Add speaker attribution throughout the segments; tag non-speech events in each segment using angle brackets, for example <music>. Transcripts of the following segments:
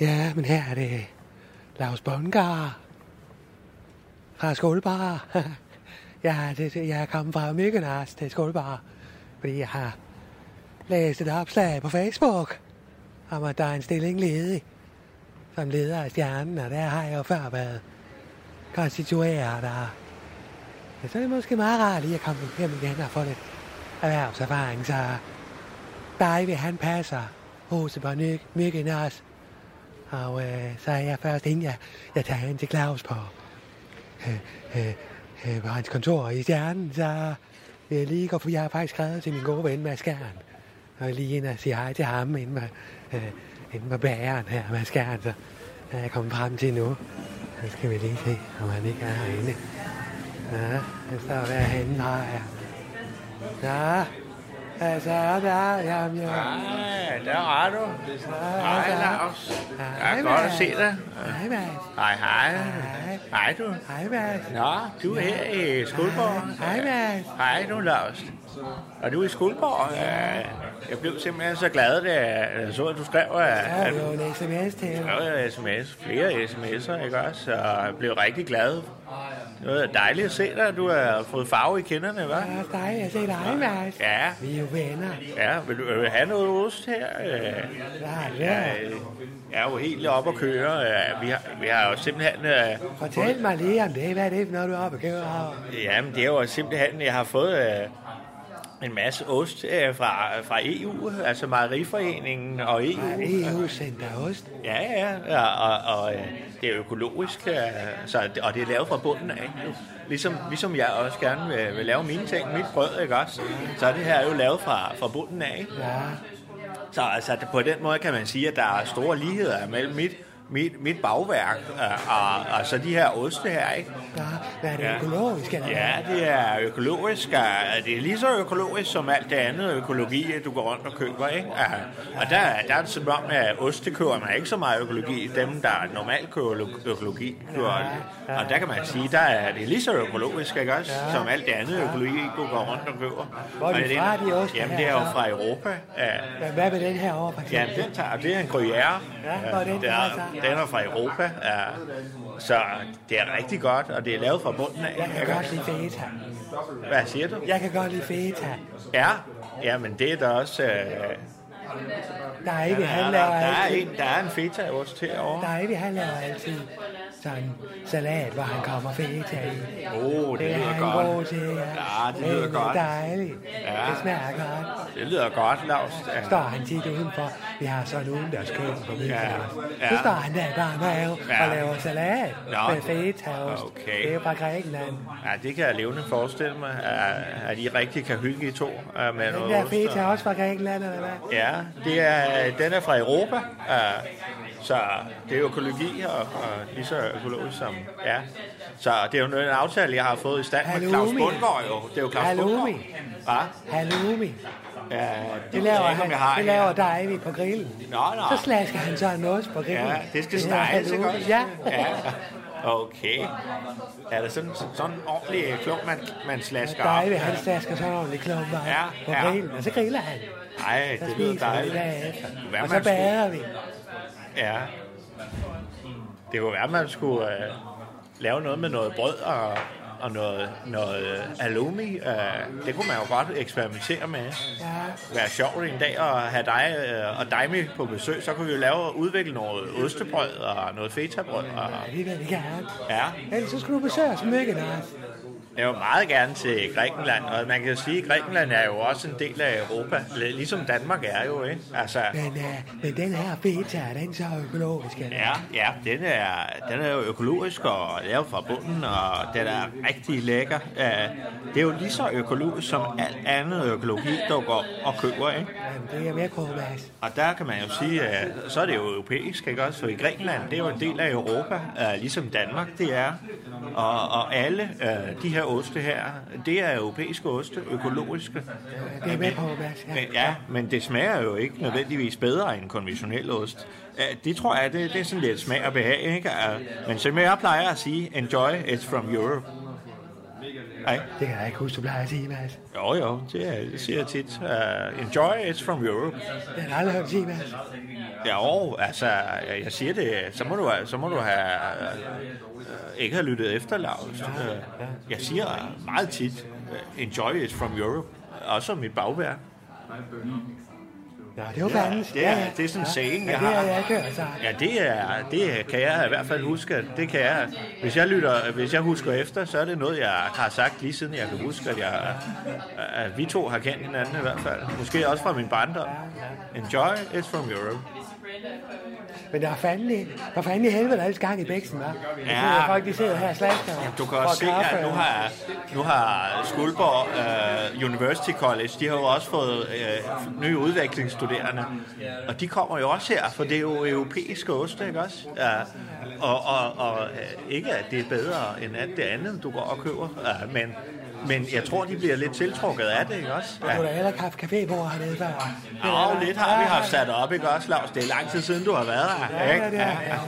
Speaker 1: Ja, men her er det Lars Bongar fra Skålbar. <laughs> ja, det, det- jeg er kommet fra Mykkenas til Skålbar, fordi jeg har læst et opslag på Facebook om, at der er en stilling ledig som leder af stjernen, og der har jeg jo før været konstitueret. Og... Ja, så er det måske meget rart lige at komme hjem igen og få lidt erhvervserfaring, så dig vil han passer hos på Mykkenas. Og øh, så er jeg først inden jeg, jeg tager hen til Claus på, øh, øh, øh, på hans kontor i Stjernen, så vil jeg lige gå, for jeg har faktisk skrevet til min gode ven Mads Kjern. Og lige ind og sige hej til ham inden med, øh, inden med bageren her, Mads Kjern, så er jeg kommet frem til nu. Så skal vi lige se, om han ikke er herinde. Ja, jeg står hver henne, har jeg. Ja, altså, der, jamen, jeg,
Speaker 2: Nej, der var du. Hej,
Speaker 1: altså.
Speaker 2: Lars.
Speaker 1: Hej,
Speaker 2: Det er godt at
Speaker 1: Mads.
Speaker 2: se dig.
Speaker 1: Hej, Mads.
Speaker 2: Hej, hej.
Speaker 1: Hej.
Speaker 2: Hej, du.
Speaker 1: Hej, Mads.
Speaker 2: Nå, du er her i Skuldborg.
Speaker 1: Hej, Mads.
Speaker 2: Hej, du, Lars. Og du er i Skuldborg. Ja, Jeg blev simpelthen så glad, da jeg så, at du skrev,
Speaker 1: Ja,
Speaker 2: at
Speaker 1: det var en sms til ham.
Speaker 2: skrev jeg sms, flere sms'er, ikke også? Så jeg blev rigtig glad. Det var dejligt at se dig. Du har fået farve i kinderne, hva'?
Speaker 1: Det er også dejligt at se dig, Mads.
Speaker 2: Ja,
Speaker 1: Vi er jo venner.
Speaker 2: ja. Vil du øh, have noget ost her? Øh,
Speaker 1: Ja,
Speaker 2: Ja,
Speaker 1: ja.
Speaker 2: øh, jeg er jo helt oppe at køre. Øh, Vi har, vi har jo simpelthen... øh,
Speaker 1: Fortæl mig lige om det. Hvad er det for noget, du har på køber?
Speaker 2: Jamen, det er jo simpelthen... Jeg har fået øh, en masse ost øh, fra, fra EU, altså Mejeriforeningen og EU.
Speaker 1: EU Center Ost.
Speaker 2: Ja, ja, ja og, og øh, det er økologisk, øh, så, og det er lavet fra bunden af. Ligesom, ligesom jeg også gerne vil, vil lave mine ting, mit brød, ikke også? Så er det her jo lavet fra, fra bunden af.
Speaker 1: Ja,
Speaker 2: Så altså, på den måde kan man sige, at der er store ligheder mellem mit, mit, mit bagværk øh, og, og så de her oste her, ikke?
Speaker 1: ja. Hvad er det
Speaker 2: Ja.
Speaker 1: økologisk, eller hvad?
Speaker 2: Ja, det er økologisk. og Det er lige så økologisk som alt det andet økologi, du går rundt og køber, ikke? Ja. Og der, der er det som om, at oste køber man ikke så meget økologi. Dem, der normalt køber lo- økologi, køber, og der kan man sige, der er det lige så økologisk, ikke også? Som alt det andet økologi, du går rundt og køber.
Speaker 1: Hvor er de
Speaker 2: Og det-
Speaker 1: fra, de oste
Speaker 2: Jamen,
Speaker 1: her,
Speaker 2: det er jo
Speaker 1: så?
Speaker 2: fra Europa. Ja.
Speaker 1: Men Hvad med den her over, for
Speaker 2: Ja,
Speaker 1: eksempel?
Speaker 2: den tager, det er en gruyère.
Speaker 1: Ja, hvor er den
Speaker 2: den,
Speaker 1: fra,
Speaker 2: er,
Speaker 1: så?
Speaker 2: den er fra Europa. Ja. Så det er rigtig godt, og det er lavet fra bunden af.
Speaker 1: Jeg kan godt lide feta.
Speaker 2: Hvad siger du?
Speaker 1: Jeg kan godt lide feta.
Speaker 2: Ja, jamen det er der også... Øh,
Speaker 1: Der er ikke,
Speaker 2: der,
Speaker 1: han
Speaker 2: er-
Speaker 1: laver
Speaker 2: der, er
Speaker 1: altid.
Speaker 2: en, der er en fetaost
Speaker 1: Der
Speaker 2: herovre.
Speaker 1: er ikke, han laver altid sådan salat, hvor han kommer feta i.
Speaker 2: Åh, oh, det
Speaker 1: Det er
Speaker 2: lyder
Speaker 1: han god
Speaker 2: godt.
Speaker 1: til, ja.
Speaker 2: Ja, det lyder
Speaker 1: Men
Speaker 2: godt.
Speaker 1: er dejligt.
Speaker 2: Ja.
Speaker 1: Det smager godt.
Speaker 2: Det lyder godt, Lars. Ja.
Speaker 1: står han tit udenfor. Vi har sådan udendørs køkken på min
Speaker 2: Ja.
Speaker 1: ja. ja.
Speaker 2: Ja.
Speaker 1: Så står han der i varm have ja.
Speaker 2: Ja.
Speaker 1: og laver salat
Speaker 2: Nå.
Speaker 1: med fetaost.
Speaker 2: Okay.
Speaker 1: Det er fra Grækenland.
Speaker 2: Ja, det kan jeg levende forestille mig, at- at I rigtig kan hygge i to øh, med
Speaker 1: Den
Speaker 2: noget
Speaker 1: der
Speaker 2: ost. og-
Speaker 1: feta også fra Grækenland, eller hvad?
Speaker 2: Ja, det er, den er fra Europa, øh, så det er økologi og, og lige så økologisk som... Ja. Så det er jo en en aftale, jeg har fået i stand med Claus
Speaker 1: Halloumi.
Speaker 2: Bundgaard jo. Det er jo Claus
Speaker 1: Halloumi.
Speaker 2: Bundgaard.
Speaker 1: Halloumi.
Speaker 2: Hva? Ja,
Speaker 1: Det laver,
Speaker 2: ved jeg ikke, om jeg har
Speaker 1: han, det
Speaker 2: her.
Speaker 1: laver Davy på grillen.
Speaker 2: Nå, nå.
Speaker 1: Så slasker han sådan ost på grillen.
Speaker 2: Ja, det skal
Speaker 1: hedder
Speaker 2: steges, ikke
Speaker 1: halloumi.
Speaker 2: også?
Speaker 1: Ja. <laughs>
Speaker 2: ja. Okay. Er det sådan, sådan en ordentlig øh, klump, man, man slasker op?
Speaker 1: Davy, han slasker sådan ordentligt klumper
Speaker 2: Ja,
Speaker 1: på
Speaker 2: ja.
Speaker 1: grillen, og så griller han.
Speaker 2: Ej,
Speaker 1: Så
Speaker 2: det lyder
Speaker 1: spiser vi det
Speaker 2: dejligt.
Speaker 1: bagefter.
Speaker 2: Hvad
Speaker 1: Og
Speaker 2: man
Speaker 1: så
Speaker 2: skulle-
Speaker 1: bader vi.
Speaker 2: Ja. Det kunne være, at man skulle øh, lave noget med noget brød og, og noget, noget øh, alumi. Øh, det kunne man jo godt eksperimentere med.
Speaker 1: Ja.
Speaker 2: Være sjovt en dag at have dig øh, og dig med på besøg. Så kunne vi jo lave og udvikle noget ostebrød og noget fetabrød. Og,
Speaker 1: Ja, det vil vi gerne.
Speaker 2: ja.
Speaker 1: Ellers så skulle du besøge os, Møkken, Lars.
Speaker 2: Jeg vil meget gerne til Grækenland, og man kan jo sige, at Grækenland er jo også en del af Europa, ligesom Danmark er jo, ikke? Altså,
Speaker 1: Men, øh, men den her feta, er den så økologisk? eller?
Speaker 2: ja, ja den, er, den er jo økologisk og lavet fra bunden, og den er rigtig lækker. Øh, Det er jo lige så økologisk som alt andet økologi, du går og køber, ikke?
Speaker 1: Jamen, det er jeg med på, Mads.
Speaker 2: Og der kan man jo sige, at så er det jo europæisk, ikke også? For i Grækenland, det er jo en del af Europa, øh, ligesom Danmark, det er. Og, og alle øh, de her oste her, det er europæiske oste, økologiske.
Speaker 1: Det er jeg med på, Mads. Ja.
Speaker 2: Men, ja, men det smager jo ikke nødvendigvis bedre end konventionel ost. Øh, Det tror jeg, det, det er sådan lidt smag og behag, ikke? Øh, Men som jeg plejer at sige, enjoy it from Europe. Ej.
Speaker 1: Det kan jeg ikke huske, du plejer at sige, Mads.
Speaker 2: Jo, jo, det er- det siger jeg tit. Uh, enjoy it from Europe.
Speaker 1: Det har jeg aldrig hørt sige, Mads.
Speaker 2: Ja, og, altså, jeg jeg siger det, så må du, så må du have, øh, ikke have lyttet efter, Lars. Øh, Jeg siger meget tit, øh, enjoy it from Europe, også mit bagværk.
Speaker 1: Nå, det var
Speaker 2: Ja,
Speaker 1: bandet.
Speaker 2: det er- det er sådan en saying,
Speaker 1: ja,
Speaker 2: jeg
Speaker 1: det
Speaker 2: har.
Speaker 1: har jeg ikke altså. hørt, så.
Speaker 2: Ja, det, er, det kan jeg i hvert fald huske. at Det kan jeg. Hvis jeg, lytter, hvis jeg husker efter, så er det noget, jeg har sagt lige siden jeg kan huske, at, jeg, at vi to har kendt hinanden i hvert fald. Måske også fra min barndom. Enjoy it from Europe.
Speaker 1: Men der er fandelig, der er fandelig helvede alles gang i bæksen, hva'? Ja.
Speaker 2: Ja.
Speaker 1: Jeg folk, de sidder her og slasker. Jamen,
Speaker 2: Du kan også se, at nu har, nu har Skuldborg uh, University College, de har jo også fået uh, nye udvekslingsstuderende. Og de kommer jo også her, for det er jo europæiske oste, ikke også? Uh, og og, og uh, ikke, at det er bedre end alt det andet, du går og køber, uh, men, men jeg tror, de bliver lidt tiltrukket af det, ikke også?
Speaker 1: Du har
Speaker 2: Uh,
Speaker 1: da heller ikke haft cafébord hernede før. Det er
Speaker 2: og
Speaker 1: der-
Speaker 2: lidt har vi
Speaker 1: Ja,
Speaker 2: haft sat op, ikke også, Lars? Det er lang tid siden, du har været her,
Speaker 1: Ja,
Speaker 2: ikke?
Speaker 1: det er ja.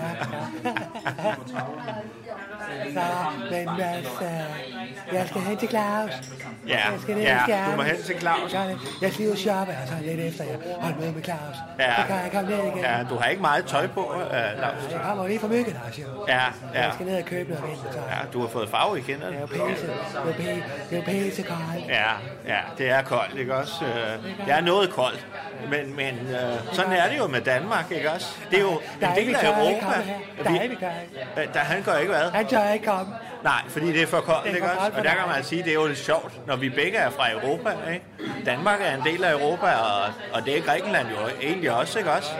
Speaker 1: Så, men Mads, øh, jeg skal hen til Claus.
Speaker 2: Ja,
Speaker 1: jeg skal ned
Speaker 2: ja,
Speaker 1: i skærmen.
Speaker 2: du må hen til Claus.
Speaker 1: Jeg, jeg skal jo shoppe, og så lidt efter jeg holder møde med Claus.
Speaker 2: Ja.
Speaker 1: Så kan jeg komme ned igen.
Speaker 2: Ja, du har ikke meget tøj på, uh, Lars.
Speaker 1: Jeg kommer jo lige fra myggen også, jo.
Speaker 2: Ja, ja.
Speaker 1: Jeg skal ned og købe noget altså. vintertøj.
Speaker 2: Ja, du har fået farve i kinderne.
Speaker 1: Det er jo pæse, det er jo pæse, det er jo pæse, Karl.
Speaker 2: Ja, ja, det er koldt, ikke også? Øh, Det er noget koldt, men, men øh, sådan er det jo med Danmark, ikke også? Det er jo
Speaker 1: Der er
Speaker 2: en del
Speaker 1: ikke
Speaker 2: af
Speaker 1: tør ikke komme
Speaker 2: Europa.
Speaker 1: her.
Speaker 2: Vi-
Speaker 1: Der er ikke tør ikke.
Speaker 2: Øh, Der, han gør ikke hvad?
Speaker 1: Han tør ikke komme.
Speaker 2: Nej, fordi det er for
Speaker 1: Det
Speaker 2: koldt,
Speaker 1: er
Speaker 2: ikke
Speaker 1: for
Speaker 2: også?
Speaker 1: koldt for
Speaker 2: Og der kan
Speaker 1: dig.
Speaker 2: man sige, det er jo lidt sjovt, når vi begge er fra Europa, ikke? Danmark er en del af Europa, og, og det er Grækenland jo egentlig også, ikke også?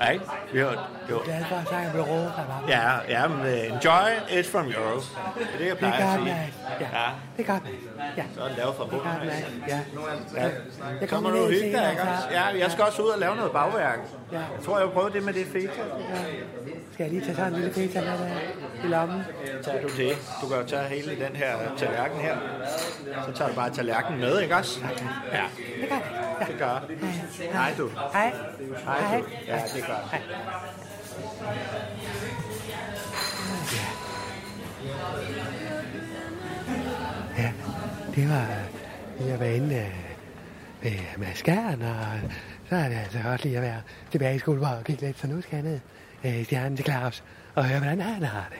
Speaker 2: Ja, ikke? Jo, jo.
Speaker 1: Jeg er bare sagt, at jeg bliver rådet ham.
Speaker 2: Ja, ja, men øh, enjoy it from Europe. Det er det, jeg
Speaker 1: Det er
Speaker 2: plejer at
Speaker 1: godt,
Speaker 2: sige.
Speaker 1: Mads. Ja,
Speaker 2: Ja,
Speaker 1: det er godt, Mads. Ja,
Speaker 2: så er det lavet fra
Speaker 1: det er godt,
Speaker 2: bunden. af.
Speaker 1: Mads. Ja.
Speaker 2: Så
Speaker 1: Jeg
Speaker 2: må
Speaker 1: kommer
Speaker 2: du
Speaker 1: ned
Speaker 2: hygge dig,
Speaker 1: senere,
Speaker 2: ikke også?
Speaker 1: så.
Speaker 2: Ja, jeg skal også ud og lave noget bagværk.
Speaker 1: Ja.
Speaker 2: Jeg tror, jeg vil prøve det med det feta.
Speaker 1: Skal jeg lige tage sådan en lille pizza med der i lommen?
Speaker 2: Tager du det? Du kan jo tage hele den her tallerken her. Så tager du bare tallerkenen med, ikke også? Ja,
Speaker 1: Det er godt.
Speaker 2: det gør jeg. Hej du.
Speaker 1: Hej.
Speaker 2: Hej du. Ja, det gør jeg.
Speaker 1: Ja, det var øh, lige at være inde øh, ved Mads Gern, og så er det altså godt lige at være tilbage i skolebar og kigge lidt, så nu skal jeg ned øh, i stjernen til Claus og høre, hvordan han har det.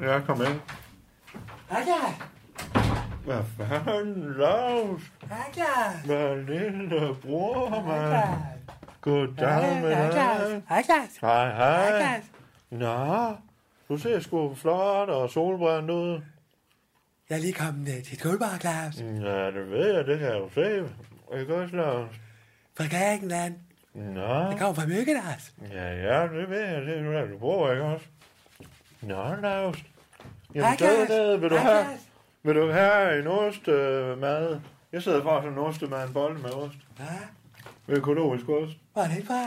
Speaker 2: Ja, kom ind.
Speaker 1: Akka!
Speaker 2: Hvad fanden, Lars?
Speaker 1: Akka!
Speaker 2: Hvad lille bror, mand? Goddag med dig.
Speaker 1: Akka!
Speaker 2: Hej, hej.
Speaker 1: Akka!
Speaker 2: Nå, du ser sgu flot og solbrændt ud.
Speaker 1: Jeg er lige kommet øh, til skolebar, Claus,
Speaker 2: Ja, det ved jeg, det kan jeg jo se. Ikke også, Lars?
Speaker 1: fra Grækenland.
Speaker 2: Nå,
Speaker 1: Jeg kommer fra Mykkenas.
Speaker 2: ja, ja, det ved jeg, det er du, du bruger, ikke også? Nå, Lars. Jamen,
Speaker 1: Hej,
Speaker 2: det,
Speaker 1: Claus.
Speaker 2: det, vil du
Speaker 1: Hej,
Speaker 2: have,
Speaker 1: Claus.
Speaker 2: vil du have en ostemad? Jeg sidder faktisk en ostemad, en bolle med ost.
Speaker 1: Hva?
Speaker 2: Økologisk ost.
Speaker 1: Hvor er den fra?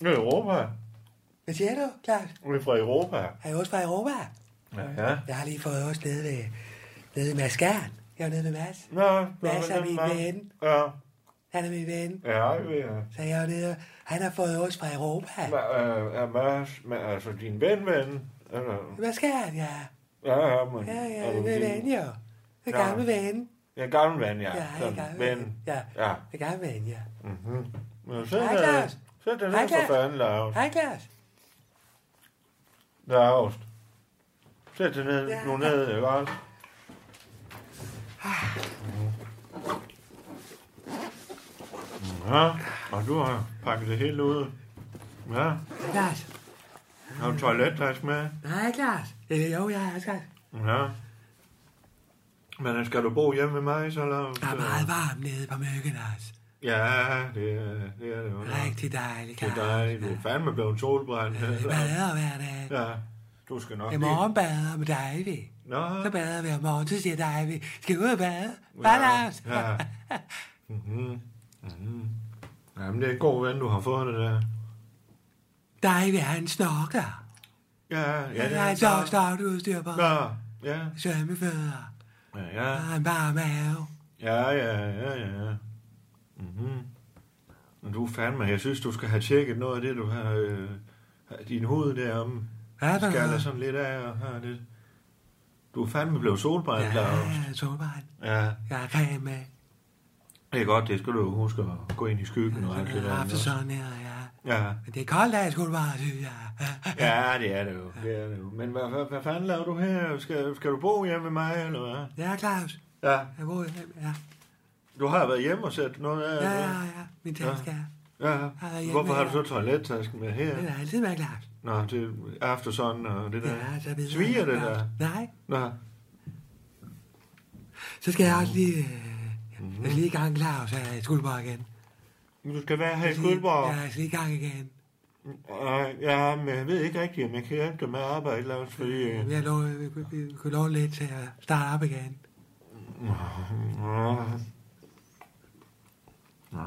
Speaker 2: Det er Europa.
Speaker 1: Hvad siger du, Claus?
Speaker 2: Vi er fra Europa.
Speaker 1: Er jeg også fra Europa?
Speaker 2: Ja, ja.
Speaker 1: Jeg har lige fået ost nede ved, nede ved Mads Gern. Jeg var nede ved Mads.
Speaker 2: Nå,
Speaker 1: Mads er
Speaker 2: men-
Speaker 1: min
Speaker 2: nå.
Speaker 1: ven.
Speaker 2: Ja,
Speaker 1: Han er min ven.
Speaker 2: ja, jeg ved jeg.
Speaker 1: Så jeg var nede, han har fået ost fra Europa.
Speaker 2: Øh, Er Mads, men altså din ven, ven? Eller,
Speaker 1: Hvad skal han, ja?
Speaker 2: ja, ja, men...
Speaker 1: Ja, ja,
Speaker 2: er du
Speaker 1: det er
Speaker 2: din-
Speaker 1: ven jo. Det er
Speaker 2: Ja.
Speaker 1: gamle ven.
Speaker 2: Ja, gammel ven, ja.
Speaker 1: Ja, jeg er
Speaker 2: Sådan,
Speaker 1: gammel
Speaker 2: ven.
Speaker 1: ven. Ja,
Speaker 2: Ja.
Speaker 1: jeg er gamle ven, ja.
Speaker 2: Mm-hmm. Men så,
Speaker 1: Hej,
Speaker 2: Hej,
Speaker 1: Claus.
Speaker 2: så er det
Speaker 1: Hej,
Speaker 2: nu for
Speaker 1: Claus.
Speaker 2: fanden, Lars.
Speaker 1: Hej, Klaus.
Speaker 2: Lars. Sæt dig ned,
Speaker 1: Ja. Ah.
Speaker 2: nu ned, ikke også?
Speaker 3: Ja, og du har pakket det hele ud. Ja,
Speaker 1: Klart.
Speaker 3: har du toilettask med?
Speaker 1: Nej, klart. Øh, jo, jeg er klart.
Speaker 3: Ja. Men øh, skal du bo hjemme med mig, så eller?
Speaker 1: Der er meget varmt nede på Møkkenæs.
Speaker 3: Ja, det, er- det er det jo.
Speaker 1: Rigtig dejligt,
Speaker 3: Det
Speaker 1: klart.
Speaker 3: er dejligt. Du er fandme blevet solbrændt.
Speaker 1: Jeg bader hver dag.
Speaker 3: Ja, du skal nok
Speaker 1: I morgen bader med dig, vi.
Speaker 3: Nå.
Speaker 1: Så bader vi om morgenen, så siger dig, vi skal ud og bade. Bare
Speaker 3: ja.
Speaker 1: Lars.
Speaker 3: ja. Mm-hmm. Mm-hmm. Jamen, det er en god ven, du har fået det der.
Speaker 1: Dig, vi har en snorker.
Speaker 3: Ja, ja,
Speaker 1: Ja,
Speaker 3: det
Speaker 1: der er
Speaker 3: er
Speaker 1: en stor snorkerudstyr på.
Speaker 3: Ja, ja,
Speaker 1: Svømmefødder.
Speaker 3: ja, ja.
Speaker 1: Og en varm mave.
Speaker 3: Ja, ja, ja, ja. Mm-hmm. Men du er fandme, jeg synes, du skal have tjekket noget af det, du har... Øh, har- din hud deromme.
Speaker 1: Hvad er der?
Speaker 3: Skaller sådan lidt af og har lidt... Du er fandme blevet solbrændt,
Speaker 1: Ja,
Speaker 3: Claus.
Speaker 1: solbrændt.
Speaker 3: Ja,
Speaker 1: Jeg har creme med.
Speaker 3: det er godt, det skal du huske at gå ind i skyggen og alt det
Speaker 1: Jeg har
Speaker 3: der.
Speaker 1: haft det
Speaker 3: ikke også?
Speaker 1: sådan her, ja.
Speaker 3: Ja,
Speaker 1: Men det er koldt, der er skolebare, synes jeg.
Speaker 3: ja, det er det jo. Det er det jo. Men hvad, hvad, hvad fanden laver du her? Skal, skal du bo hjemme med mig, eller hvad?
Speaker 1: Ja, Claus.
Speaker 3: Ja,
Speaker 1: Jeg bor hjemme, ja.
Speaker 3: du har været hjemme og sæt noget af.
Speaker 1: Ja,
Speaker 3: eller
Speaker 1: ja,
Speaker 3: hvad?
Speaker 1: ja. Min taske er.
Speaker 3: ja.
Speaker 1: Jeg er hjemme,
Speaker 3: Hvorfor har du
Speaker 1: ja.
Speaker 3: så toilettasken med her?
Speaker 1: Den er altid med, Claus.
Speaker 3: Nå, det er aftersun og det der.
Speaker 1: Ja, så ved
Speaker 3: Sviger
Speaker 1: jeg,
Speaker 3: det
Speaker 1: Claus.
Speaker 3: der?
Speaker 1: Nej.
Speaker 3: Nå,
Speaker 1: Så skal jeg også lige... Øh, mm-hmm.
Speaker 3: Mhm.
Speaker 1: Jeg skal lige i gang, Claus, her i skolebare igen.
Speaker 3: men du skal være her i
Speaker 1: Jeg skal lige-
Speaker 3: Skuldborg.
Speaker 1: Ja, jeg skal lige i gang igen.
Speaker 3: Ja. ja, men jeg ved ikke rigtigt, om jeg kan hjælpe dig med at arbejde, Lars, fordi... øh,
Speaker 1: Vi, har lov, vi, kunne- vi kunne låne lidt til at starte op igen.
Speaker 3: Nå. Nå.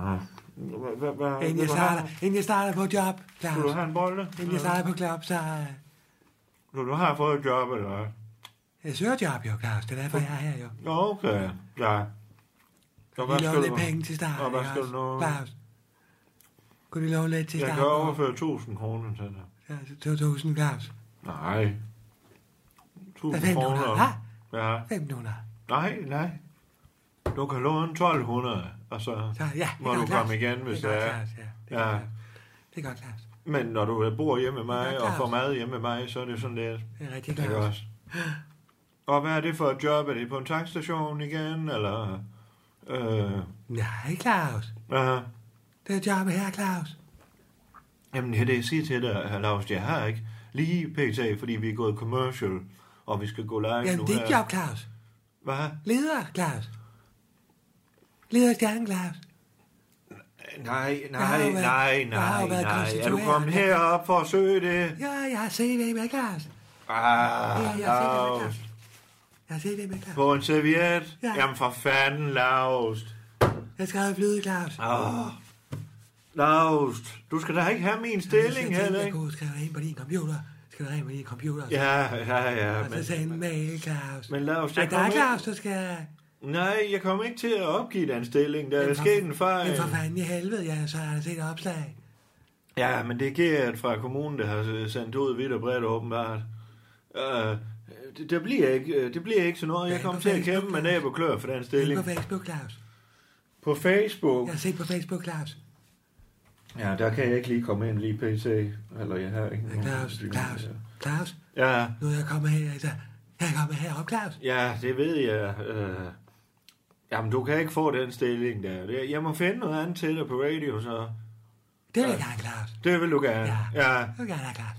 Speaker 3: Hvad- hvad- hvad-
Speaker 1: Inden
Speaker 3: vil
Speaker 1: jeg
Speaker 3: du
Speaker 1: starter,
Speaker 3: have-
Speaker 1: inden jeg starter på job,
Speaker 3: Vil du
Speaker 1: Claus.
Speaker 3: have en bolde?
Speaker 1: Inden jeg starter på job, så... øh,
Speaker 3: Du, du har fået et job, eller hvad?
Speaker 1: Jeg søger job jo, Claus. Det er derfor, jeg er her jo.
Speaker 3: Nå, Okay, ja. Så
Speaker 1: Vi låner lidt penge til starten.
Speaker 3: Og hvad
Speaker 1: ikke
Speaker 3: skal
Speaker 1: også?
Speaker 3: du nå?
Speaker 1: Claus. Kunne de låne lidt til
Speaker 3: Jeg
Speaker 1: starten?
Speaker 3: kan overføre 1000 kroner til dig.
Speaker 1: Ja, 2000, Claus.
Speaker 3: Nej. 1000
Speaker 1: 500,
Speaker 3: kroner. Ja.
Speaker 1: 500.
Speaker 3: Nej, nej. Du kan låne 1200, og så...
Speaker 1: Så, ja,
Speaker 3: Må
Speaker 1: det er
Speaker 3: du
Speaker 1: godt, Claus.
Speaker 3: komme igen, hvis
Speaker 1: det er.
Speaker 3: det er.
Speaker 1: godt, Claus, Ja, det er
Speaker 3: Ja.
Speaker 1: godt, Claus. Det er godt, Claus.
Speaker 3: Men når du øh, bor hjemme med
Speaker 1: Ja,
Speaker 3: mig og
Speaker 1: klart.
Speaker 3: får mad hjemme med mig, så er det sådan lidt...
Speaker 1: Det er rigtig
Speaker 3: Ikke
Speaker 1: godt.
Speaker 3: også? Og hvad er det for et job? Er det på en tankstation igen, eller... Øh,
Speaker 1: Nej, Claus.
Speaker 3: øh,
Speaker 1: Det er job her, Claus.
Speaker 3: jamen, det er det, jeg siger til dig, herr Lars, jeg har ikke lige pt, fordi vi er gået commercial, og vi skal gå live nu
Speaker 1: Jamen, det er
Speaker 3: her.
Speaker 1: ikke job, Claus.
Speaker 3: Hvad?
Speaker 1: Leder, Claus. Leder stjernen, Claus.
Speaker 3: Nej,
Speaker 1: Jeg har
Speaker 3: nej,
Speaker 1: jo været-
Speaker 3: nej,
Speaker 1: jeg har
Speaker 3: nej,
Speaker 1: jo været
Speaker 3: nej. Er du
Speaker 1: konstitueret.
Speaker 3: kommet herop for at søge det?
Speaker 1: Ja, jeg har CV med, Claus. Ja,
Speaker 3: Ah,
Speaker 1: jeg har CV med,
Speaker 3: Lars.
Speaker 1: Claus. Jeg har CV med, Claus.
Speaker 3: På en serviet?
Speaker 1: Ja.
Speaker 3: Ja. Jamen for fanden, Laust.
Speaker 1: Jeg skal have flyde, Claus.
Speaker 3: Oh. Laust, du skal da ikke have min stilling heller,
Speaker 1: Jeg
Speaker 3: ikke?
Speaker 1: kunne skrive ind på din computer. Skal du ind på din computer? og så-
Speaker 3: Ja, ja, ja.
Speaker 1: Og så
Speaker 3: Men,
Speaker 1: sagde en mail, Claus.
Speaker 3: men Laust,
Speaker 1: Nej,
Speaker 3: jeg
Speaker 1: der er
Speaker 3: kommer
Speaker 1: Claus,
Speaker 3: ikke,
Speaker 1: der skal...
Speaker 3: nej, jeg kommer ikke til at opgive den stilling. Der
Speaker 1: Men
Speaker 3: er
Speaker 1: for-
Speaker 3: sket en
Speaker 1: Men
Speaker 3: fejl.
Speaker 1: for fanden i helvede, ja, så har jeg set et opslag.
Speaker 3: Ja, men det er Gert fra kommunen, der har øh, sendt ud vidt og bredt åbenbart. Uh, det, det, bliver ikke, øh, det bliver ikke sådan noget. Jeg
Speaker 1: Men
Speaker 3: kommer
Speaker 1: på
Speaker 3: til at
Speaker 1: Facebook,
Speaker 3: kæmpe med
Speaker 1: Claus.
Speaker 3: næb og klør for den
Speaker 1: Det er
Speaker 3: stilling.
Speaker 1: på Facebook, Claus.
Speaker 3: På Facebook?
Speaker 1: Jeg har set på Facebook, Claus.
Speaker 3: Ja, der kan jeg ikke lige komme ind lige pt. Eller jeg har ikke... nogen
Speaker 1: Claus,
Speaker 3: stilling.
Speaker 1: Claus, Claus.
Speaker 3: Ja,
Speaker 1: Nu er jeg kommet her, altså. Jeg er kommet herop, Claus.
Speaker 3: Ja, det ved jeg. Øh, jamen, du kan ikke få den stilling der. Det- Jeg må finde noget andet til dig på radio, så...
Speaker 1: Det vil jeg gerne, Claus.
Speaker 3: Det vil du gerne.
Speaker 1: Ja.
Speaker 3: ja.
Speaker 1: Det vil jeg gerne have, Claus.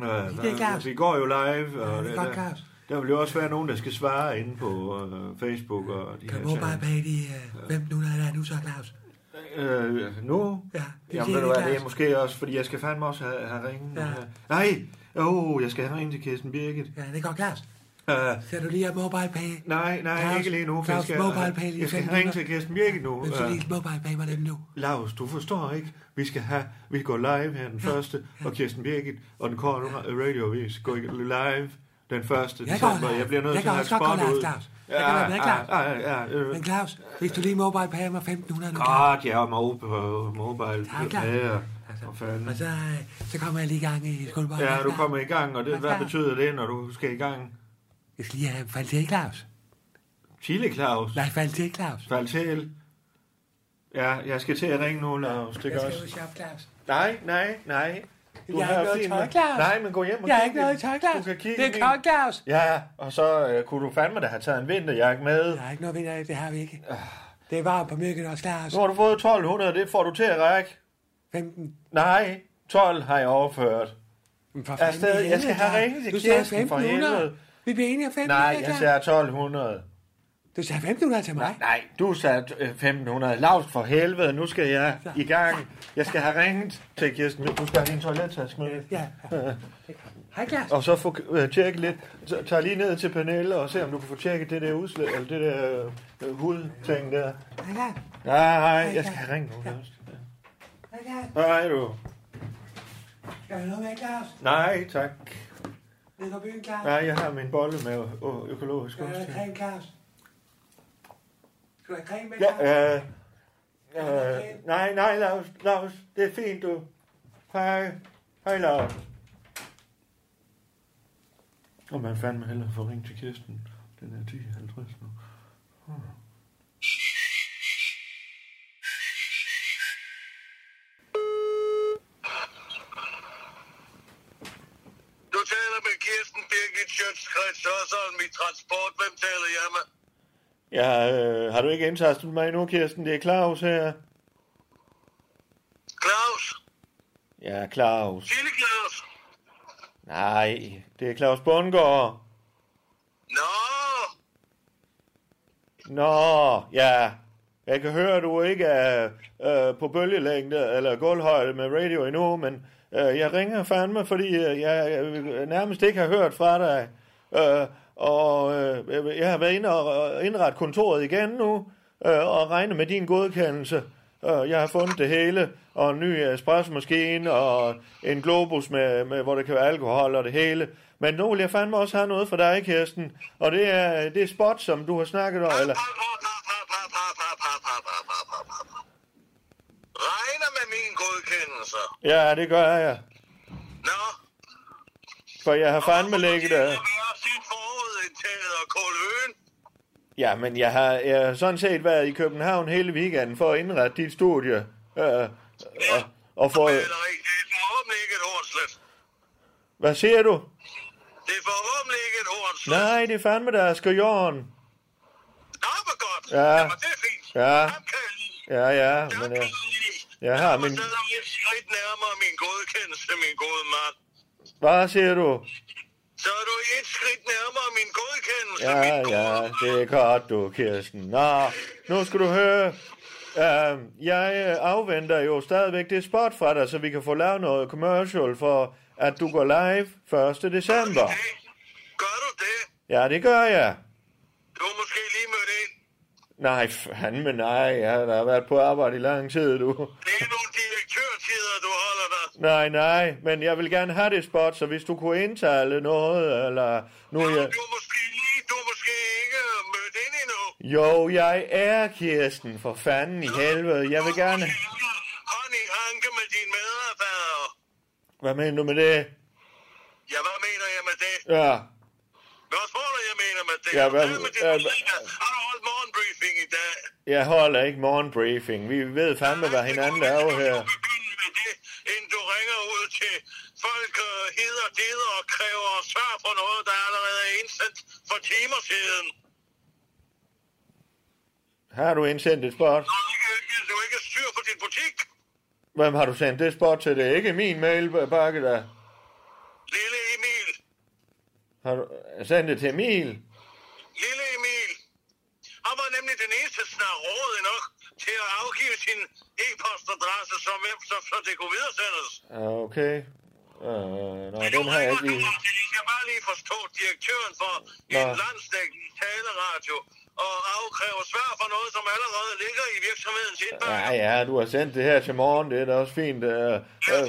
Speaker 3: Øh,
Speaker 1: Det er klart.
Speaker 3: Vi går jo live, og
Speaker 1: Ja, det er godt,
Speaker 3: der,
Speaker 1: Claus.
Speaker 3: der vil jo også være nogen, der skal svare inde på øh, Facebook og de
Speaker 1: Kan
Speaker 3: her
Speaker 1: mobile
Speaker 3: ting.
Speaker 1: pay de øh, 1500 der er nu så, Claus?
Speaker 3: Øh, nu?
Speaker 1: Ja, det siger
Speaker 3: Jamen, ved du
Speaker 1: det,
Speaker 3: hvad, det er
Speaker 1: Claus.
Speaker 3: måske også, fordi jeg skal fandme også have, have ringen.
Speaker 1: Ja.
Speaker 3: Nej! Åh, oh, jeg skal have ringen til Kirsten Birgit.
Speaker 1: Ja, det er godt, Claus.
Speaker 3: Øh,
Speaker 1: Skal du lige have mobile pay?
Speaker 3: nej, nej,
Speaker 1: Claus,
Speaker 3: ikke lige nu. for
Speaker 1: Claus,
Speaker 3: jeg skal,
Speaker 1: mobile pay lige
Speaker 3: jeg skal
Speaker 1: fem
Speaker 3: have ringen
Speaker 1: minutter.
Speaker 3: til Kirsten Birgit nu.
Speaker 1: Men så
Speaker 3: Øh.
Speaker 1: lige mobile pay mig dem nu.
Speaker 3: Lars, du forstår ikke. Vi skal have, vi går live her den første, og Kirsten Birgit og den korte radioavis går i- live den første
Speaker 1: Jeg går
Speaker 3: december.
Speaker 1: live.
Speaker 3: Jeg bliver nødt
Speaker 1: Jeg
Speaker 3: til
Speaker 1: kan
Speaker 3: at have et
Speaker 1: også godt
Speaker 3: spot
Speaker 1: gå live,
Speaker 3: ud.
Speaker 1: Claus. Jeg kan være med, Claus.
Speaker 3: Ja, ja, ja. øh,
Speaker 1: Men Claus, hvis du lige mobile payer mig 1500 nu, Claus.
Speaker 3: Godt, jeg er mo- på mobile.
Speaker 1: Ja, Claus.
Speaker 3: Ja,
Speaker 1: Altså,
Speaker 3: for fanden.
Speaker 1: Og så, øh, så kommer jeg lige i gang i skolebaren.
Speaker 3: Ja, du kommer i gang, og det,
Speaker 1: Ja,
Speaker 3: hvad
Speaker 1: Claus.
Speaker 3: betyder det, når du skal i gang?
Speaker 1: Jeg skal lige have faldet Claus.
Speaker 3: Chile, Claus.
Speaker 1: Nej, faldet Claus.
Speaker 3: Faltel. Ja, jeg skal til at ringe nu, Lars. Det
Speaker 1: Jeg
Speaker 3: gør
Speaker 1: skal ud
Speaker 3: også.
Speaker 1: og shoppe, Claus.
Speaker 3: Nej, nej, nej. Du
Speaker 1: Jeg har ikke noget
Speaker 3: fint-
Speaker 1: tøj, Claus.
Speaker 3: Nej, men gå hjem og
Speaker 1: Jeg har
Speaker 3: kig
Speaker 1: ikke
Speaker 3: i-
Speaker 1: noget tøj,
Speaker 3: Du
Speaker 1: Claus.
Speaker 3: kan kigge
Speaker 1: Det
Speaker 3: i
Speaker 1: er
Speaker 3: min-
Speaker 1: koldt, Claus.
Speaker 3: Ja, og så øh, kunne du fandme da have taget en vinterjakke med. Øh.
Speaker 1: Jeg har ikke noget ved det, det har vi ikke. Det er varmt på Mykkenos Claus.
Speaker 3: Nu har du fået 1200, det får du til at række.
Speaker 1: 15.
Speaker 3: Nej, 12 har jeg overført.
Speaker 1: Men for
Speaker 3: Afsted.
Speaker 1: fanden i
Speaker 3: Jeg skal
Speaker 1: helvede,
Speaker 3: have
Speaker 1: da.
Speaker 3: ringet til
Speaker 1: Du sagde
Speaker 3: Kirsten, for
Speaker 1: 1500.
Speaker 3: helvede.
Speaker 1: Vi bliver enige om 1500.
Speaker 3: Nej, jeg
Speaker 1: sagde...
Speaker 3: sagde 1200.
Speaker 1: Du sagde 1500 til mig.
Speaker 3: Nej, du sagde øh, 1500. Lars for helvede, nu skal jeg i gang. Jeg skal have ringet til Kirsten. Du skal have din toilettaske med.
Speaker 1: Ja.
Speaker 3: <laughs>
Speaker 1: Hej, Klaus.
Speaker 3: Og så få øh, tjekket lidt. Så Tag lige ned til Pernille og se, om du kan få tjekket det der udslag, eller det der øh, hudting der.
Speaker 1: Hej, Klaus.
Speaker 3: Nej, nej, jeg skal have ringet nu først.
Speaker 1: Hej, Klaus.
Speaker 3: Nej, du.
Speaker 1: Skal vi noget med, Klaus?
Speaker 3: Nej, tak.
Speaker 1: Ned på byen, Klaus.
Speaker 3: Nej, jeg har min bolle med ø- økologisk
Speaker 1: Skal du have
Speaker 3: ost.
Speaker 1: creme, Klaus? Skal du have creme med,
Speaker 3: Ja,
Speaker 1: Klaus?
Speaker 3: øh, øh, nej, nej, Lars, Lars, det er fint, du. Hej, hej, Ah. Lars. Og man fandme hellere få ring til Kirsten. Den er 10.50 nu.
Speaker 4: Du taler med Kirsten Birgit Sjøtskrets Hørsholm i Transport. Hvem taler jeg med?
Speaker 3: Ja, øh, har du ikke indtastet mig endnu, Kirsten? Det er Claus her.
Speaker 4: Claus?
Speaker 3: Ja, Claus.
Speaker 4: Lille Claus?
Speaker 3: Nej, det er Claus Bundgaard.
Speaker 4: Nå,
Speaker 3: Nå, ja. Jeg kan høre, du ikke er øh, på bølgelængde eller gulvhøjde med radio endnu, men øh, jeg ringer fandme, fordi øh, jeg, jeg nærmest ikke har hørt fra dig. Øh, og øh, jeg har været inde og og indrette kontoret igen nu, øh, og regner med din godkendelse. Øh, jeg har fundet det hele, og en ny øh, espressomaskine, og en globus, med, med, hvor der kan være alkohol og det hele. Men nu vil jeg fandme også have noget for dig, Kirsten. Og det er, det er spot, som du har snakket om, eller...
Speaker 4: pap, pap, pap, pap, pap, pap, pap, pap, pap, pap, pap, pap, pap, pap. Regner med min godkendelse.
Speaker 3: Ja, det gør jeg.
Speaker 4: Nå.
Speaker 3: For jeg har fandme
Speaker 4: lægge
Speaker 3: ligget
Speaker 4: det.
Speaker 3: der.
Speaker 4: Vi har sit forudindtaget og Kåløen.
Speaker 3: Ja, men jeg har, jeg har sådan set været i København hele weekenden for at indrette dit studie. Øh, og, og få...
Speaker 4: Maleri. Det er forhåbentlig ikke et hornslet.
Speaker 3: Hvad siger du?
Speaker 4: Det er forhåbentlig ikke et hornslet.
Speaker 3: Nej, det er fandme der er skrijorden.
Speaker 4: Nå, hvor godt.
Speaker 3: Ja.
Speaker 4: Jamen, det er fint.
Speaker 3: Ja.
Speaker 4: Ham kan jeg lide.
Speaker 3: Ja, ja,
Speaker 4: Der
Speaker 3: men...
Speaker 4: kan
Speaker 3: Øh,
Speaker 4: jeg lide.
Speaker 3: jeg har min...
Speaker 4: Men... Så er der et skridt nærmere min godkendelse, min gode mand.
Speaker 3: Hvad siger du?
Speaker 4: Så er du et skridt nærmere min godkendelse,
Speaker 3: Ja,
Speaker 4: min gode
Speaker 3: ja,
Speaker 4: mand.
Speaker 3: det er godt, du, Kirsten. Nå, nu skal du høre. Uh, jeg øh, afventer jo stadigvæk det spot fra dig, så vi kan få lavet noget commercial for, at du går live 1. december.
Speaker 4: Okay. Gør du det?
Speaker 3: Ja, det gør jeg.
Speaker 4: Du er måske lige mødt ind.
Speaker 3: Nej, fandme nej. Jeg har da været på arbejde i lang
Speaker 4: Det er
Speaker 3: tid, du.
Speaker 4: nogle direktørtider, du holder dig.
Speaker 3: Nej, nej, men jeg vil gerne have det spot, så hvis du kunne indtale noget, eller... Nu er jeg...
Speaker 4: Du er måske lige, du er måske ikke mødt ind endnu.
Speaker 3: Jo, jeg er Kirsten, for fanden i helvede. Jeg vil gerne...
Speaker 4: Hånd i hanke med dine medarbejdere.
Speaker 3: Hvad mener du med det?
Speaker 4: Ja, hvad mener jeg med det?
Speaker 3: Ja,
Speaker 4: Hvad tror du, jeg mener med det?
Speaker 3: Ja, hvad-
Speaker 4: med det,
Speaker 3: ja,
Speaker 4: du
Speaker 3: hvad-
Speaker 4: mener? Har du holdt morgenbriefing i dag?
Speaker 3: jeg holder ikke morgenbriefing. Vi ved fandme, hvad hinanden er jo her.
Speaker 4: Du begynde med det, inden du ringer ud til folk, øh, heder, deder og kræver og svar på noget, der allerede er indsendt for timer siden.
Speaker 3: Har du indsendt et spot?
Speaker 4: Og ikke, du har ikke styr på din butik,
Speaker 3: Hvem har du sendt det spot til? Det er ikke min mailpakke, der...
Speaker 4: lille Emil.
Speaker 3: Har du sendt det til Emil?
Speaker 4: Lille Emil. Han var nemlig den eneste, som har råd nok til at afgive sin e-postadresse, som hvem så, så det kunne videresendes.
Speaker 3: Ah, Okay. Øh, nå,
Speaker 4: Men
Speaker 3: den
Speaker 4: nu
Speaker 3: har
Speaker 4: ringer
Speaker 3: jeg ikke lige...
Speaker 4: du op til- Jeg skal bare lige forstå direktøren for
Speaker 3: Nå.
Speaker 4: en landsdækkende taleradio og afkræver svar for noget, som allerede ligger i virksomhedens indbakke.
Speaker 3: Ja, Ah, ja, du har sendt det her til morgen, det er da også fint. Øh, øh, Ah.
Speaker 4: Det,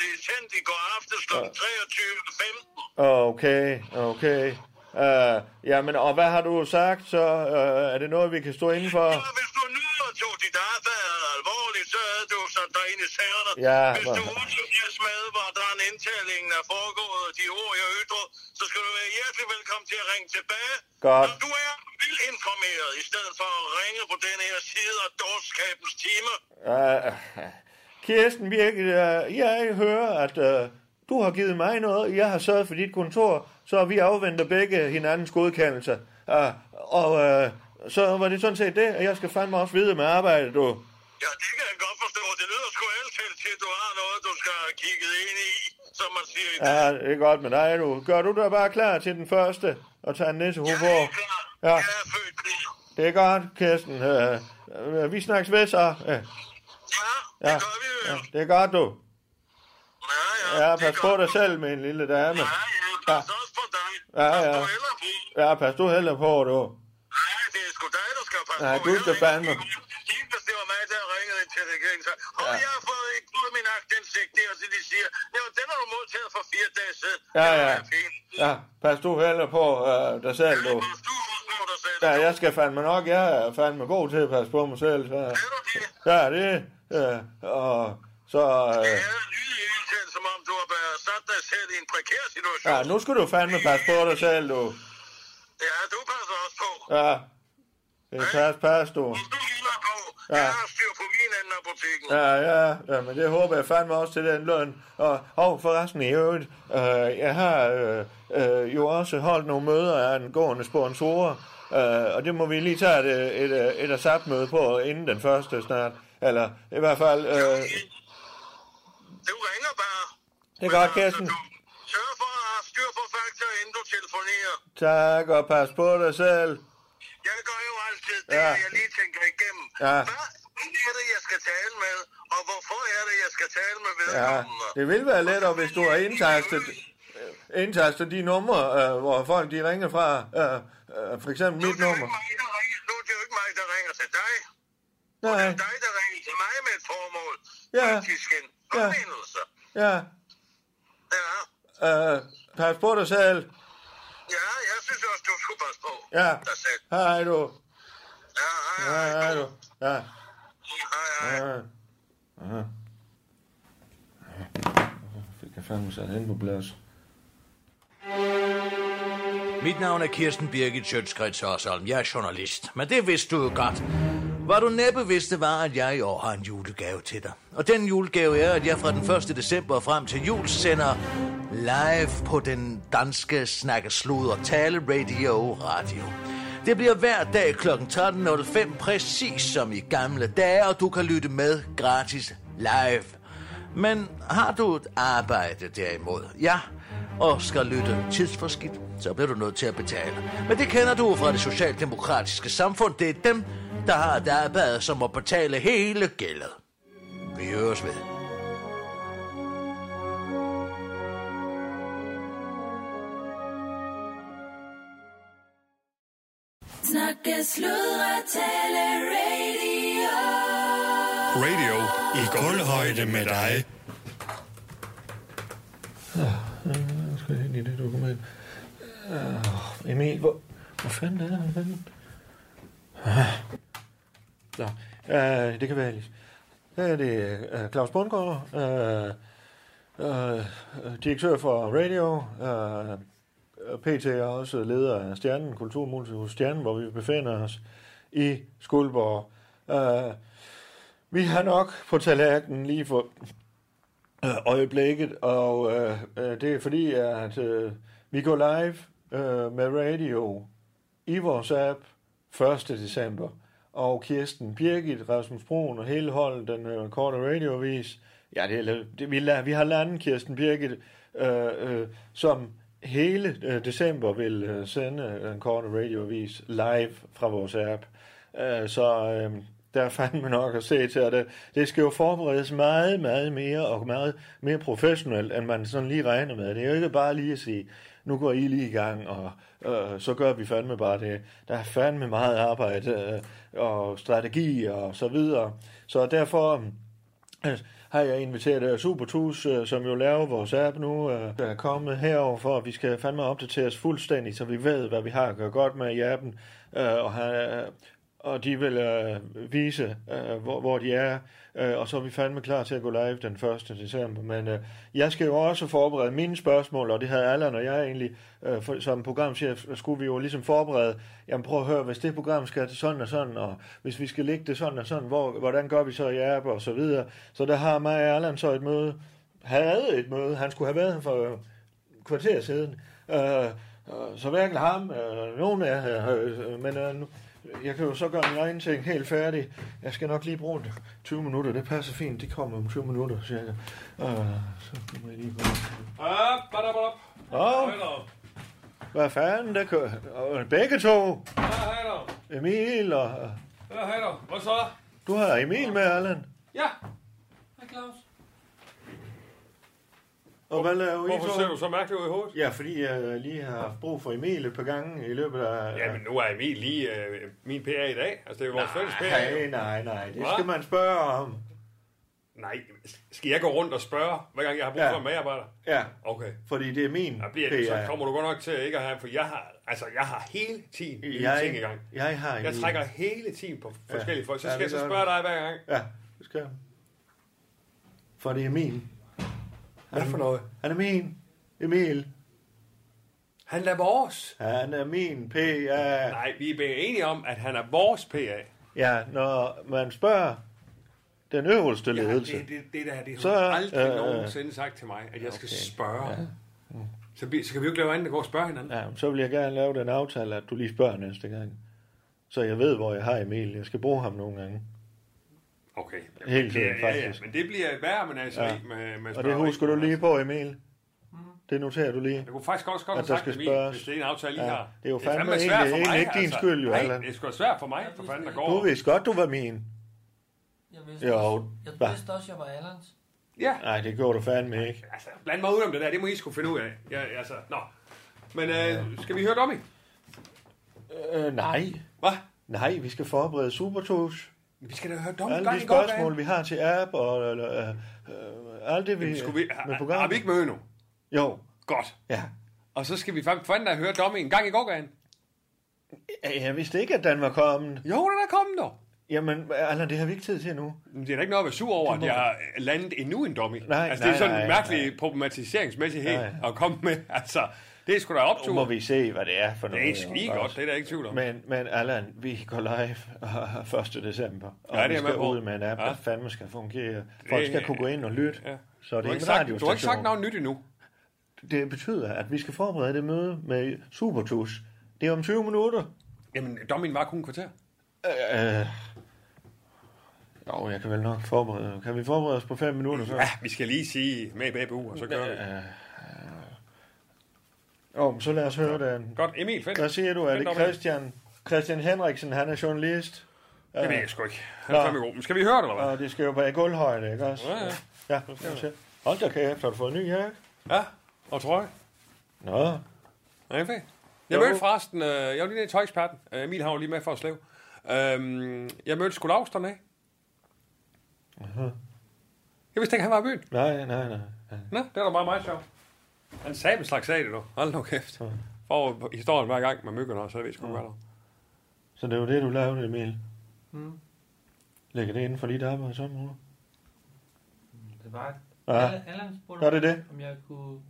Speaker 4: det er sendt i går aftes kl. 23.15.
Speaker 3: okay, okay. Øh, jamen, og hvad har du sagt så? Øh, er det noget, vi kan stå inden for?
Speaker 4: Ja, hvis du nu tog dit arbejde alvorligt, så havde du sat dig ind i sagerne. <laughs>
Speaker 3: Ja,
Speaker 4: hvis du
Speaker 3: hvor-
Speaker 4: utilfreds med, hvordan indtalingen er foregået, og de ord, jeg ytrer, så skal du være hjertelig velkommen til at ringe tilbage.
Speaker 3: Godt.
Speaker 4: Når du er velinformeret, i stedet for at ringe på den her side af dårskabens time.
Speaker 3: Øh, Kirsten Birgit, øh, jeg hører, at øh, du har givet mig noget, jeg har sørget for dit kontor, så vi afventer begge hinandens godkendelse. Øh, Ah, og øh, så var det sådan set det, at jeg skal fandme også vide med arbejde, du.
Speaker 5: Ja, det kan jeg godt forstå. Det lyder sgu altid til, at du har noget, du skal have kigget ind i, som man siger i dag.
Speaker 3: Ja, det er godt med dig, du. Gør du dig bare klar til den første og tager en nissehue
Speaker 5: Jeg er
Speaker 3: på?
Speaker 5: klar.
Speaker 3: Ja.
Speaker 5: Jeg er født klar.
Speaker 3: Det er godt, Kirsten. Øh, øh, vi snakkes ved så. Øh,
Speaker 5: Ja, det
Speaker 3: ja.
Speaker 5: gør vi jo.
Speaker 3: ja, det er godt, du.
Speaker 5: Ja, ja.
Speaker 3: Ja,
Speaker 5: det
Speaker 3: pas
Speaker 5: gør
Speaker 3: på
Speaker 5: vi.
Speaker 3: dig selv, min lille dame.
Speaker 5: Ja, ja. Pas også på dig.
Speaker 3: Ja,
Speaker 5: Pas
Speaker 3: ja.
Speaker 5: du heller på.
Speaker 3: Ja, pas du heller på, du.
Speaker 5: Nej, det er sgu dig, der skal passe
Speaker 3: Ja,
Speaker 5: på.
Speaker 3: du skal fandme.
Speaker 5: Kibes, det var mig, der ringede ind til regeringen. Så, og
Speaker 3: Ja.
Speaker 5: jeg har fået ikke ud af min aktindsigt der, så de siger, ja, den har du modtaget for fire dage siden.
Speaker 3: Ja,
Speaker 5: Det
Speaker 3: ja.
Speaker 5: er fint.
Speaker 3: Ja, pas du heller på øh, dig selv,
Speaker 5: Det er
Speaker 3: du.
Speaker 5: bare du, hvor du sagde
Speaker 3: Ja,
Speaker 5: det.
Speaker 3: jeg skal fandme nok. Jeg er fandme god til at passe på mig selv. Så.
Speaker 5: Er du det?
Speaker 3: Ja, det. Øh, og så...
Speaker 5: Ja,
Speaker 3: Øh,
Speaker 5: lyder i udtalen, som om du har været sat dig selv i en prekær situation.
Speaker 3: ja, nu skal du fandme passe på dig selv, du.
Speaker 5: Ja, du passer også på.
Speaker 3: Ja. Det er pas, pas, du.
Speaker 5: Du hylder på.
Speaker 3: Ja.
Speaker 5: Jeg har styr på min anden af butikken.
Speaker 3: Ja, ja, ja, men det håber jeg fandme også til den løn. Og, og forresten i øvrigt, øh, jeg har øh, øh, jo også holdt nogle møder af angående sponsorer, øh, og det må vi lige tage et, et, øh, et ASAP-møde på inden den første snart. Eller i hvert fald, øh,
Speaker 5: Du ringer bare.
Speaker 3: det er godt,
Speaker 5: Men altså,
Speaker 3: Kirsten.
Speaker 5: du Sørg for at have styr på fakta, inden du telefonerer.
Speaker 3: Tak, og pas på dig selv.
Speaker 5: Jeg gør jo altid det,
Speaker 3: Ja.
Speaker 5: ja. jeg lige tænker igennem.
Speaker 3: Ja.
Speaker 5: Hvad er det, jeg skal tale med, og hvorfor er det, jeg skal tale med
Speaker 3: Ja,
Speaker 5: vedkommende?
Speaker 3: det ville være lettere, hvis du har indtastet, indtastet de numre, øh, hvor folk de ringer fra. Øh, øh, for eksempel
Speaker 5: Nu
Speaker 3: mit
Speaker 5: er det jo ikke
Speaker 3: nummer.
Speaker 5: mig, der ringer- nu er det jo ikke mig, der ringer til dig. Og det
Speaker 3: Nej,
Speaker 5: er dig, der ringer til mig med et formål.
Speaker 3: Ja.
Speaker 5: Faktisk en påmindelse.
Speaker 3: ja.
Speaker 5: Ja.
Speaker 3: Øh, pas på dig selv.
Speaker 5: Ja, jeg synes også, du skulle passe på.
Speaker 3: Ja.
Speaker 5: Dig selv.
Speaker 3: Hej du.
Speaker 5: Ja, hej, Mm,
Speaker 3: Hej, hej du. Ja.
Speaker 5: Hej, hej.
Speaker 3: ja. Aha. Fik jeg fandme sat hen på plads.
Speaker 6: Mit navn er Kirsten Birgit Sjøtskrets Hørsholm. Jeg er journalist, men det vidste du jo godt. Hvad du næppe vidste var, at jeg i år har en julegave til dig. Og den julegave er, at jeg fra den 1. december og frem til jul sender live på den danske snakkeslud og tale radio radio. Det bliver hver dag kl. 13.05, præcis som i gamle dage, og du kan lytte med gratis live. Men har du et arbejde derimod, ja, og skal lytte tidsforskidt, så bliver du nødt til at betale. Men det kender du jo fra det socialdemokratiske samfund. Det er dem, der har et arbejde, som må betale hele gældet. Vi høres ved.
Speaker 4: Snakke, sludre, tale, radio.
Speaker 7: Radio i guldhøjde med dig.
Speaker 3: Øh,
Speaker 8: Jeg skal ind i det dokument. Uh, Emil, hvor, hvor fanden er han henne?
Speaker 3: Ah. Nå, øh, det kan være Alice. Her er det øh, Claus Bundgaard, øh, øh, direktør for Radio, øh, PT er også leder af Stjernen, Kulturmultihus Stjernen, hvor vi befinder os i Skuldborg. Øh, vi har nok på tallerkenen lige for øh, øjeblikket, og øh, øh, det er fordi, at øh, vi går live øh, med radio i vores app 1. december. Og Kirsten Birgit, Rasmus Broen og hele holdet, den øh, korte radiovis. Ja, det, er- det, vi, la- vi har landet Kirsten Birgit, øh, øh, som hele øh, december vil øh, sende den korte radiovis live fra vores app. Øh, så øh, der er fandme nok at se til, og det, det skal jo forberedes meget, meget mere og meget mere professionelt, end man sådan lige regner med. Det er jo ikke bare lige at sige, nu går I lige i gang, og øh, så gør vi fandme bare det. Der er fandme meget arbejde øh, og strategi og så videre. Så derfor øh, har jeg inviteret øh, Supertus, øh, som jo laver vores app nu, øh, der er kommet herover for, at vi skal fandme opdateres fuldstændig, så vi ved, hvad vi har at gøre godt med i appen. Øh, og har, og de vil øh, vise, øh, hvor, hvor de er, øh, og så er vi fandme klar til at gå live den 1. december. Men øh, jeg skal jo også forberede mine spørgsmål, og det havde Allan og jeg egentlig, øh, for, som programchef, skulle vi jo ligesom forberede, jamen prøv at høre, hvis det program skal til sådan og sådan, og hvis vi skal lægge det sådan og sådan, hvor, hvordan gør vi så i app og så videre. Så der har mig og Allan så et møde, havde et møde, han skulle have været her for... Øh, kvarter siden. Øh, øh, så hverken ham, øh, nogen af jer, øh, øh, men øh, nu, Jeg kan jo så gøre min egen ting helt færdig. Jeg skal nok lige bruge 20 minutter. Det passer fint. Det kommer om 20 minutter, cirka. Øh, så kommer jeg lige på.
Speaker 7: Op, badop, badop.
Speaker 3: Åh,
Speaker 7: Hej dog.
Speaker 3: hvad fanden, der kører... Og begge to!
Speaker 7: Ja, hej dog.
Speaker 3: Emil og... øh,
Speaker 7: Ja, hej dog. Hvad så?
Speaker 3: Du har Emil med, Allan.
Speaker 7: Ja. Hej Claus.
Speaker 3: Og hvad laver I
Speaker 7: Hvorfor ser
Speaker 3: så?
Speaker 7: du så mærkeligt ud i hovedet?
Speaker 3: Ja, fordi jeg lige har haft brug for Emil et par gange i løbet af...
Speaker 7: Jamen, nu er Emil lige øh, min PA i dag. Altså, det er jo vores fælles PA.
Speaker 3: Nej, nej, nej. Det
Speaker 7: Hva?
Speaker 3: skal man spørge om.
Speaker 7: Nej, skal jeg gå rundt og spørge, hver gang jeg har brug
Speaker 3: Ja.
Speaker 7: for en medarbejder?
Speaker 3: Ja,
Speaker 7: Okay.
Speaker 3: fordi det er min.
Speaker 7: Der bliver det, så kommer du godt nok til ikke at have, for jeg har, altså, jeg har hele tiden en
Speaker 3: jeg,
Speaker 7: ting i gang.
Speaker 3: Jeg har Emil.
Speaker 7: Jeg trækker hele tiden på forskellige folk, så
Speaker 3: Ja,
Speaker 7: skal
Speaker 3: det
Speaker 7: jeg så
Speaker 3: gør du.
Speaker 7: spørge dig hver gang.
Speaker 3: Ja, det skal jeg. For det er Emil. Hvad
Speaker 7: for noget?
Speaker 3: Han er min. Emil.
Speaker 7: Han er vores.
Speaker 3: Han er min PA.
Speaker 7: Nej, vi er blevet enige om, at han er vores PA.
Speaker 3: Ja, når man spørger den øverste
Speaker 7: Ja,
Speaker 3: ledelse.
Speaker 7: det, det, det der, det har
Speaker 3: Så,
Speaker 7: så, aldrig
Speaker 3: øh,
Speaker 7: øh, nogensinde sagt til mig, at jeg skal okay. spørge. Ja. Så, vi- så kan vi jo ikke lave andet, end at gå og spørge hinanden. Ja.
Speaker 3: Ja, så vil jeg gerne lave den aftale, at du lige spørger næste gang. Så jeg ved, hvor jeg har Emil. Jeg skal bruge ham nogle gange.
Speaker 7: Okay.
Speaker 3: Helt
Speaker 7: Ja,
Speaker 3: tiden,
Speaker 7: ja, ja,
Speaker 3: faktisk.
Speaker 7: men det bliver værre med altså
Speaker 3: Ja.
Speaker 7: ja. med, med Mhm.
Speaker 3: Og det husker du lige på, Emil. Det noterer du lige.
Speaker 7: Jeg kunne faktisk også godt
Speaker 3: At
Speaker 7: have sagt
Speaker 3: der skal
Speaker 7: det, Emil,
Speaker 3: spørges.
Speaker 7: hvis det er en aftale, I
Speaker 3: Ja,
Speaker 7: har.
Speaker 3: det er jo
Speaker 7: Det er
Speaker 3: fandme
Speaker 7: fandme svært
Speaker 3: egentlig-
Speaker 7: for mig.
Speaker 3: egentlig ikke din
Speaker 7: altså.
Speaker 3: skyld, jo,
Speaker 7: Nej,
Speaker 3: Allan.
Speaker 7: det er sgu svært for mig, for fanden, der går.
Speaker 3: Du
Speaker 7: over.
Speaker 3: vidste godt, du var min.
Speaker 9: Jeg vidste,
Speaker 3: Jo,
Speaker 9: også,
Speaker 3: hva?
Speaker 9: jeg vidste også, jeg var Allans.
Speaker 7: Ja,
Speaker 3: Nej, det gjorde du fandme ikke.
Speaker 7: altså, bland mig ud om det der, det må I sgu finde ud af. Ja, altså, nå. Men øh, skal vi høre Dommy?
Speaker 3: Øh, nej.
Speaker 7: Hvad?
Speaker 3: Nej, vi skal forberede Supertosh.
Speaker 7: Vi skal da høre Dommy.
Speaker 3: Alle de spørgsmål, vi har til app og øh, øh, øh, alt det, vi,
Speaker 7: Skulle vi,
Speaker 3: med
Speaker 7: har,
Speaker 3: programmet.
Speaker 7: har vi ikke møde nu?
Speaker 3: Jo,
Speaker 7: Godt.
Speaker 3: ja.
Speaker 7: Og så skal vi fandme fanden da høre Dommy en gang i går, Gan.
Speaker 3: Ja, Jeg vidste ikke, at den var kommet.
Speaker 7: Jo, den er kommet dog.
Speaker 3: Jamen, Allan, det har vi ikke tid til nu.
Speaker 7: Det er da ikke noget at være sur over, at jeg har landet endnu en dummy.
Speaker 3: Nej,
Speaker 7: altså, det
Speaker 3: nej,
Speaker 7: er sådan
Speaker 3: nej,
Speaker 7: en mærkelig
Speaker 3: nej.
Speaker 7: problematiseringsmæssighed
Speaker 3: Nej.
Speaker 7: at komme med. <laughs> Altså, det er sgu da optur.
Speaker 3: Nu må vi se, hvad det er for noget.
Speaker 7: Det er
Speaker 3: jo,
Speaker 7: skide
Speaker 3: også.
Speaker 7: godt, det er der ikke tvivl om.
Speaker 3: Men, men Allan, vi går live <laughs> øh, 1. december, og
Speaker 7: Ja, det er
Speaker 3: vi
Speaker 7: jeg
Speaker 3: skal
Speaker 7: med på.
Speaker 3: ud med en app, der
Speaker 7: Ja.
Speaker 3: fandme skal fungere. Folk skal kunne gå ind og lytte,
Speaker 7: ja. du,
Speaker 3: så det
Speaker 7: har
Speaker 3: er
Speaker 7: ikke
Speaker 3: en
Speaker 7: sagt, du har ikke sagt
Speaker 3: radiostation.
Speaker 7: noget nyt endnu.
Speaker 3: Det betyder, at vi skal forberede det møde med Supertus. Det er om 20 minutter.
Speaker 7: Jamen, dommen var kun en kvarter.
Speaker 3: Øh, jo, jeg kan vel nok forberede. Kan vi forberede os på 5 minutter? Så?
Speaker 7: Ja, vi skal lige sige med i babu, og så gør vi.
Speaker 3: Jo, men så lad os høre den.
Speaker 7: Godt, Emil, fedt.
Speaker 3: Hvad siger du? Er
Speaker 7: Fedt,
Speaker 3: det
Speaker 7: Dommin.
Speaker 3: Christian, Christian Henriksen? Han er journalist.
Speaker 7: Det ved jeg sgu ikke. Han er
Speaker 3: Nå.
Speaker 7: fandme god. Men skal vi høre det, eller hvad?
Speaker 3: Og det skal jo være i gulvhøjde, ikke også?
Speaker 7: Ja, ja.
Speaker 3: Ja, lad os se. Hold da kæft, har du fået en ny jakke?
Speaker 7: Ja, og trøje.
Speaker 3: Nå,
Speaker 7: Er det fedt? Jeg
Speaker 3: Jo.
Speaker 7: mødte forresten, øh, jeg var lige nede i tøjeksperten. Øh, Emil har jo lige med for at slæve. Øhm, jeg mødte sgu Laust dernede. Jeg vidste ikke, han var i byen.
Speaker 3: nej, nej, nej.
Speaker 7: Nå, det var da bare meget sjovt. Han sagde en slags sag, det du. Hold nu kæft. Over på historien hver gang med myggerne, også, så jeg ved sgu godt. hvad der var.
Speaker 3: Så det var det, du lavede, Emil? Mm. Ligger det inden for dit arbejde så nu?
Speaker 9: Det var
Speaker 3: Ja,
Speaker 9: Allans spurgte
Speaker 3: gør det det?
Speaker 9: om jeg kunne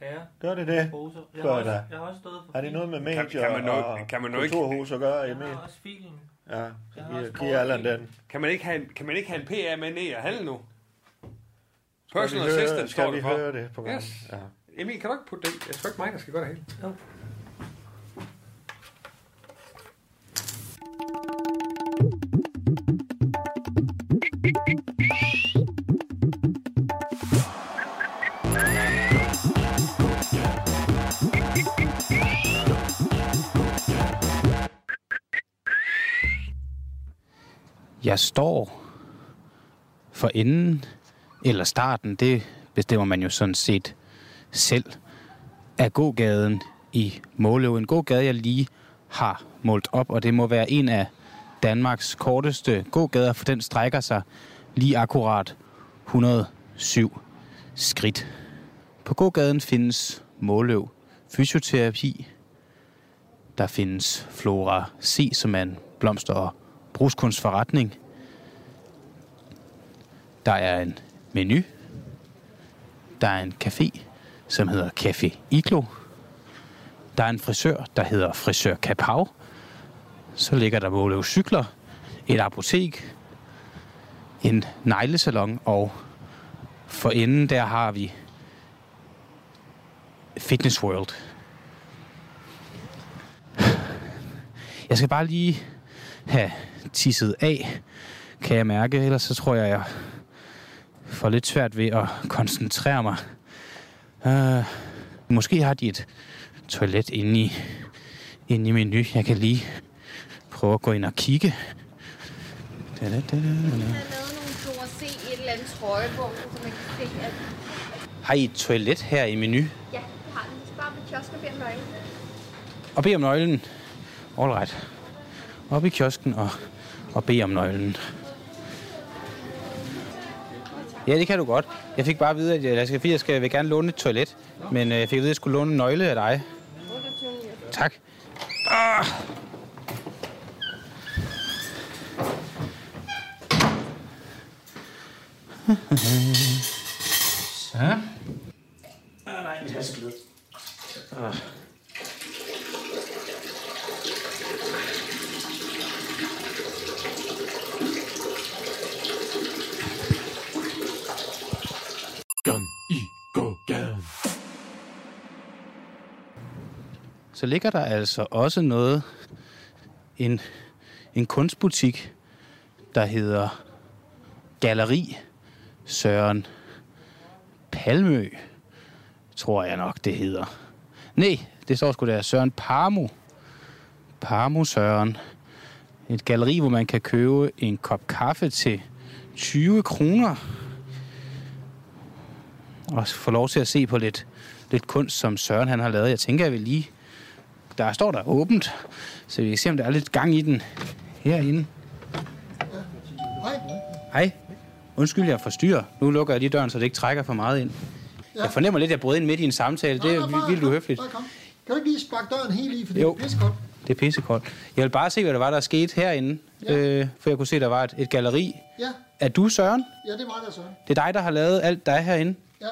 Speaker 9: bære
Speaker 3: Gør det det?
Speaker 9: poser. Jeg
Speaker 3: Gør
Speaker 9: har, også,
Speaker 3: det.
Speaker 9: jeg har også stået for
Speaker 3: Har det noget med medier
Speaker 7: kan man nu-
Speaker 3: og
Speaker 7: kan man nu ikke-
Speaker 3: kulturhus at gøre,
Speaker 9: Jeg
Speaker 3: Emil?
Speaker 9: har også filen.
Speaker 3: Ja, så
Speaker 9: Jeg har
Speaker 3: giver,
Speaker 9: også
Speaker 3: giver Allan den.
Speaker 7: Kan man ikke have en, kan <laughs> man ikke have en PA med ned og handle nu?
Speaker 3: Skal vi
Speaker 7: Personal
Speaker 3: høre-
Speaker 7: assistant står
Speaker 3: Skal vi
Speaker 7: det for.
Speaker 3: høre det på gangen?
Speaker 7: Yes.
Speaker 3: Ja.
Speaker 7: Emil, kan du ikke putte det? Jeg tror ikke mig, der skal gøre det hele.
Speaker 10: jeg står for enden eller starten, det bestemmer man jo sådan set selv, af gågaden i Måløv. En gågade, jeg lige har målt op, og det må være en af Danmarks korteste gågader, for den strækker sig lige akkurat 107 skridt. På gågaden findes Måløv Fysioterapi, der findes Flora C, som er en blomster- og brugskunstforretning. Der er en menu. Der er en café, som hedder Café Iglo. Der er en frisør, der hedder Frisør Kapav. Så ligger der Måløv Cykler, et apotek, en neglesalon, og for enden der har vi Fitness World. Jeg skal bare lige have tisset af, kan jeg mærke. Ellers så tror jeg, jeg får lidt svært ved at koncentrere mig. Uh, måske har de et toilet inde i, inde i menu. Jeg kan lige prøve at gå ind og kigge. Da, da, da, da, da.
Speaker 11: Store C, et eller andet trøje på, så man kan se, at...
Speaker 10: Har I et toilet her i menu?
Speaker 11: Ja, det har den. Bare med kiosk og beder nøgle.
Speaker 10: Og bed om nøglen. All right. Op i kiosken og, og bed om nøglen. Ja, det kan du godt. Jeg fik bare at vide, at jeg, jeg, skal, fordi jeg, skal, jeg vil gerne låne et toilet. Men øh, jeg fik at vide, at jeg skulle låne en nøgle af dig. Tak. Ah! Så.
Speaker 12: Ah, nej, en taske ned.
Speaker 10: Ah. Så ligger der altså også noget, en, en kunstbutik, der hedder Galeri Søren Palmø, tror jeg nok, det hedder. Nej, det står sgu der, Søren Parmo. Parmo Søren. Et galeri, hvor man kan købe en kop kaffe til 20 kroner. Og få lov til at se på lidt, lidt kunst, som Søren han har lavet. Jeg tænker, jeg vil lige... Der står der åbent, så vi kan se, om der er lidt gang i den herinde.
Speaker 13: Hej.
Speaker 10: Hej. Undskyld, jeg forstyrrer. Nu lukker jeg lige døren, så det ikke trækker for meget ind.
Speaker 13: Ja.
Speaker 10: Jeg fornemmer lidt, at jeg brød ind midt i en samtale. Det
Speaker 13: Nå, nå,
Speaker 10: er
Speaker 13: bare
Speaker 10: vildt
Speaker 13: kom,
Speaker 10: uhøfligt.
Speaker 13: bare kom. Kan du ikke lige sparke døren helt i, for det
Speaker 10: Jo.
Speaker 13: er pissekoldt?
Speaker 10: Det er pissekoldt. Jeg vil bare se, hvad der var, der skete herinde. Ja. Øh, for jeg kunne se, der var et, et galeri.
Speaker 13: Ja,
Speaker 10: Er du Søren?
Speaker 13: ja, det var der så.
Speaker 10: Det er dig, der har lavet alt, der er herinde.
Speaker 13: Ja,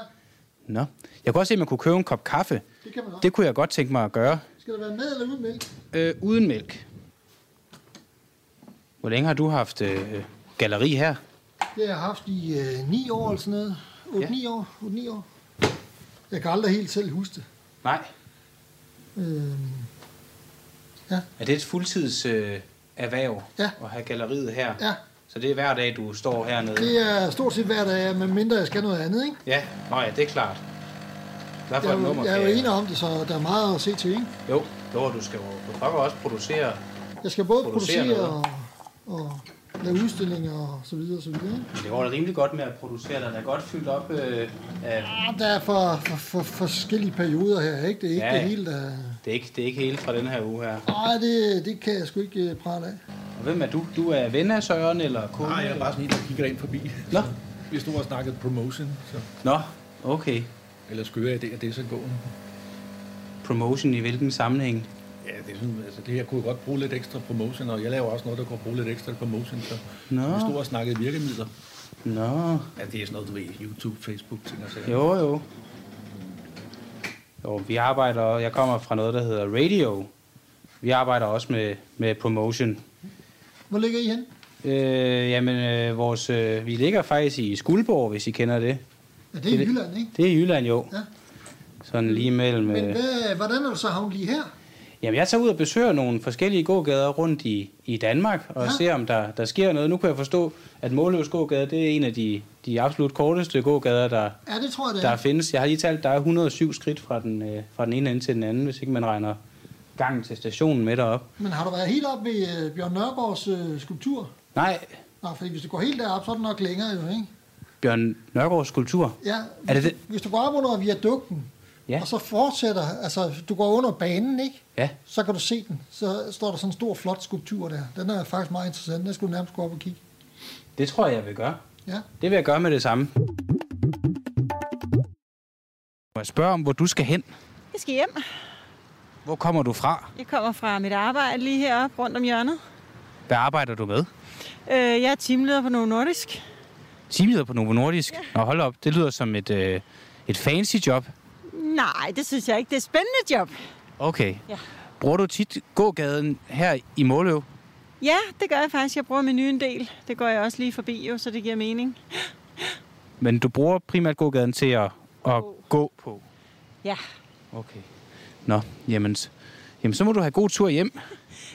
Speaker 10: Nå. Jeg kunne også se, at man kunne købe en kop kaffe.
Speaker 13: det kan man godt.
Speaker 10: Det kunne jeg godt tænke mig at gøre.
Speaker 13: Skal det være med eller uden mælk?
Speaker 10: Øh, uden mælk. Hvor længe har du haft øh, galeri her?
Speaker 13: Det har jeg haft i øh, 9 år eller sådan noget. 8-9 ja. år, 8-9 år. Jeg kan aldrig helt selv huske det.
Speaker 10: Nej.
Speaker 13: Øh,
Speaker 10: Er det et fuldtids øh, erhverv ja. at have galleriet her?
Speaker 13: Ja.
Speaker 10: Så det er hver dag, du står hernede?
Speaker 13: det er stort set hver dag, men mindre jeg skal noget andet, ikke?
Speaker 10: Ja, Nå ja, det er klart. Hvad for
Speaker 13: Jeg,
Speaker 10: et
Speaker 13: er jo-
Speaker 10: nummer
Speaker 13: jeg er
Speaker 10: kan
Speaker 13: jo enig om det, så der er meget at se til, ikke?
Speaker 10: Jo, jo, du skal jo du skal nok også producere.
Speaker 13: Jeg skal både
Speaker 10: Producere
Speaker 13: producere
Speaker 10: noget.
Speaker 13: og, og lave udstillinger og så videre og så videre. ikke?
Speaker 10: Det går da rimelig godt med at producere, der er da godt fyldt op øh, af...
Speaker 13: Ah, Der er for, for, for forskellige perioder her, ikke? Det er ikke
Speaker 10: Ja,
Speaker 13: ja. det
Speaker 10: ja.
Speaker 13: hele, der...
Speaker 10: Det er, ikke, det er ikke hele fra den her uge her.
Speaker 13: Nej, det, det kan jeg sgu ikke øh, prale af.
Speaker 10: Og hvem er du? Du er ven af Søren eller kunde?
Speaker 14: Nej, jeg er bare sådan en, der kigger ind forbi.
Speaker 10: Nå?
Speaker 14: Vi stod og snakkede promotion, så...
Speaker 10: Nå, okay.
Speaker 14: Eller skøre idéer, det er så gående.
Speaker 10: Promotion i hvilken sammenhæng?
Speaker 14: Ja, det er sådan, altså det her kunne jeg godt bruge lidt ekstra promotion, og jeg laver også noget, der kunne bruge lidt ekstra promotion, så
Speaker 10: Nå.
Speaker 14: vi stod og snakkede virkemidler.
Speaker 10: Nå.
Speaker 14: Ja, det er sådan noget, du ved, YouTube, Facebook, ting og sager.
Speaker 10: Jo, jo. Jo, vi arbejder, jeg kommer fra noget, der hedder radio. Vi arbejder også med, med promotion.
Speaker 13: Hvor ligger I hen?
Speaker 10: Øh, jamen, øh, vores, øh, vi ligger faktisk i Skuldborg, hvis I kender det.
Speaker 13: Ja, det er i Jylland, ikke?
Speaker 10: Det er i Jylland, jo.
Speaker 13: Ja.
Speaker 10: Sådan lige mellem...
Speaker 13: Men
Speaker 10: Øh,
Speaker 13: hvad, hvordan er du så havnet lige her?
Speaker 10: jamen, jeg tager ud og besøger nogle forskellige gågader rundt i, i Danmark, og ja. ser, om der, der sker noget. Nu kan jeg forstå, at Måløvs gågade, det er en af de, de absolut korteste gågader, der,
Speaker 13: Ja, det tror jeg, det er.
Speaker 10: der findes. Jeg har lige talt, der er 107 skridt fra den, øh, fra den ene ende til den anden, hvis ikke man regner gangen til stationen med derop.
Speaker 13: Men har du været helt op ved øh, Bjørn Nørgaards øh, skulptur?
Speaker 10: Nej,
Speaker 13: Nej, fordi hvis du går helt derop, så er det nok længere jo, ikke?
Speaker 10: Bjørn Nørgaards skulptur.
Speaker 13: Ja,
Speaker 10: Er det det?
Speaker 13: hvis du går op under viadukten,
Speaker 10: Ja.
Speaker 13: og så fortsætter, altså du går under banen, ikke?
Speaker 10: Ja.
Speaker 13: Så kan du se den. Så står der sådan en stor, flot skulptur der. Den er faktisk meget interessant. Den skulle du nærmest gå op og kigge.
Speaker 10: Det tror jeg, jeg vil gøre.
Speaker 13: Ja.
Speaker 10: Det vil jeg gøre med det samme. Må jeg spørge om, hvor du skal hen?
Speaker 15: Jeg skal hjem.
Speaker 10: Hvor kommer du fra?
Speaker 15: Jeg kommer fra mit arbejde lige heroppe rundt om hjørnet.
Speaker 10: Hvad arbejder du med?
Speaker 15: Øh, Jeg er teamleder på Novo Nordisk.
Speaker 10: Teamleder på Novo Nordisk? Ja. Nå, hold op. Det lyder som et, øh, et fancy job.
Speaker 15: Nej, det synes jeg ikke. Det er et spændende job.
Speaker 10: Okay.
Speaker 15: Ja.
Speaker 10: Bruger du tit gågaden her i Måløv?
Speaker 15: Ja, det gør jeg faktisk. Jeg bruger menuen en del. Det går jeg også lige forbi, jo, så det giver mening.
Speaker 10: Men du bruger primært gågaden til at, at gå på.
Speaker 15: Ja.
Speaker 10: Okay. Nå, jamen, s- Jamen, så må du have god tur hjem.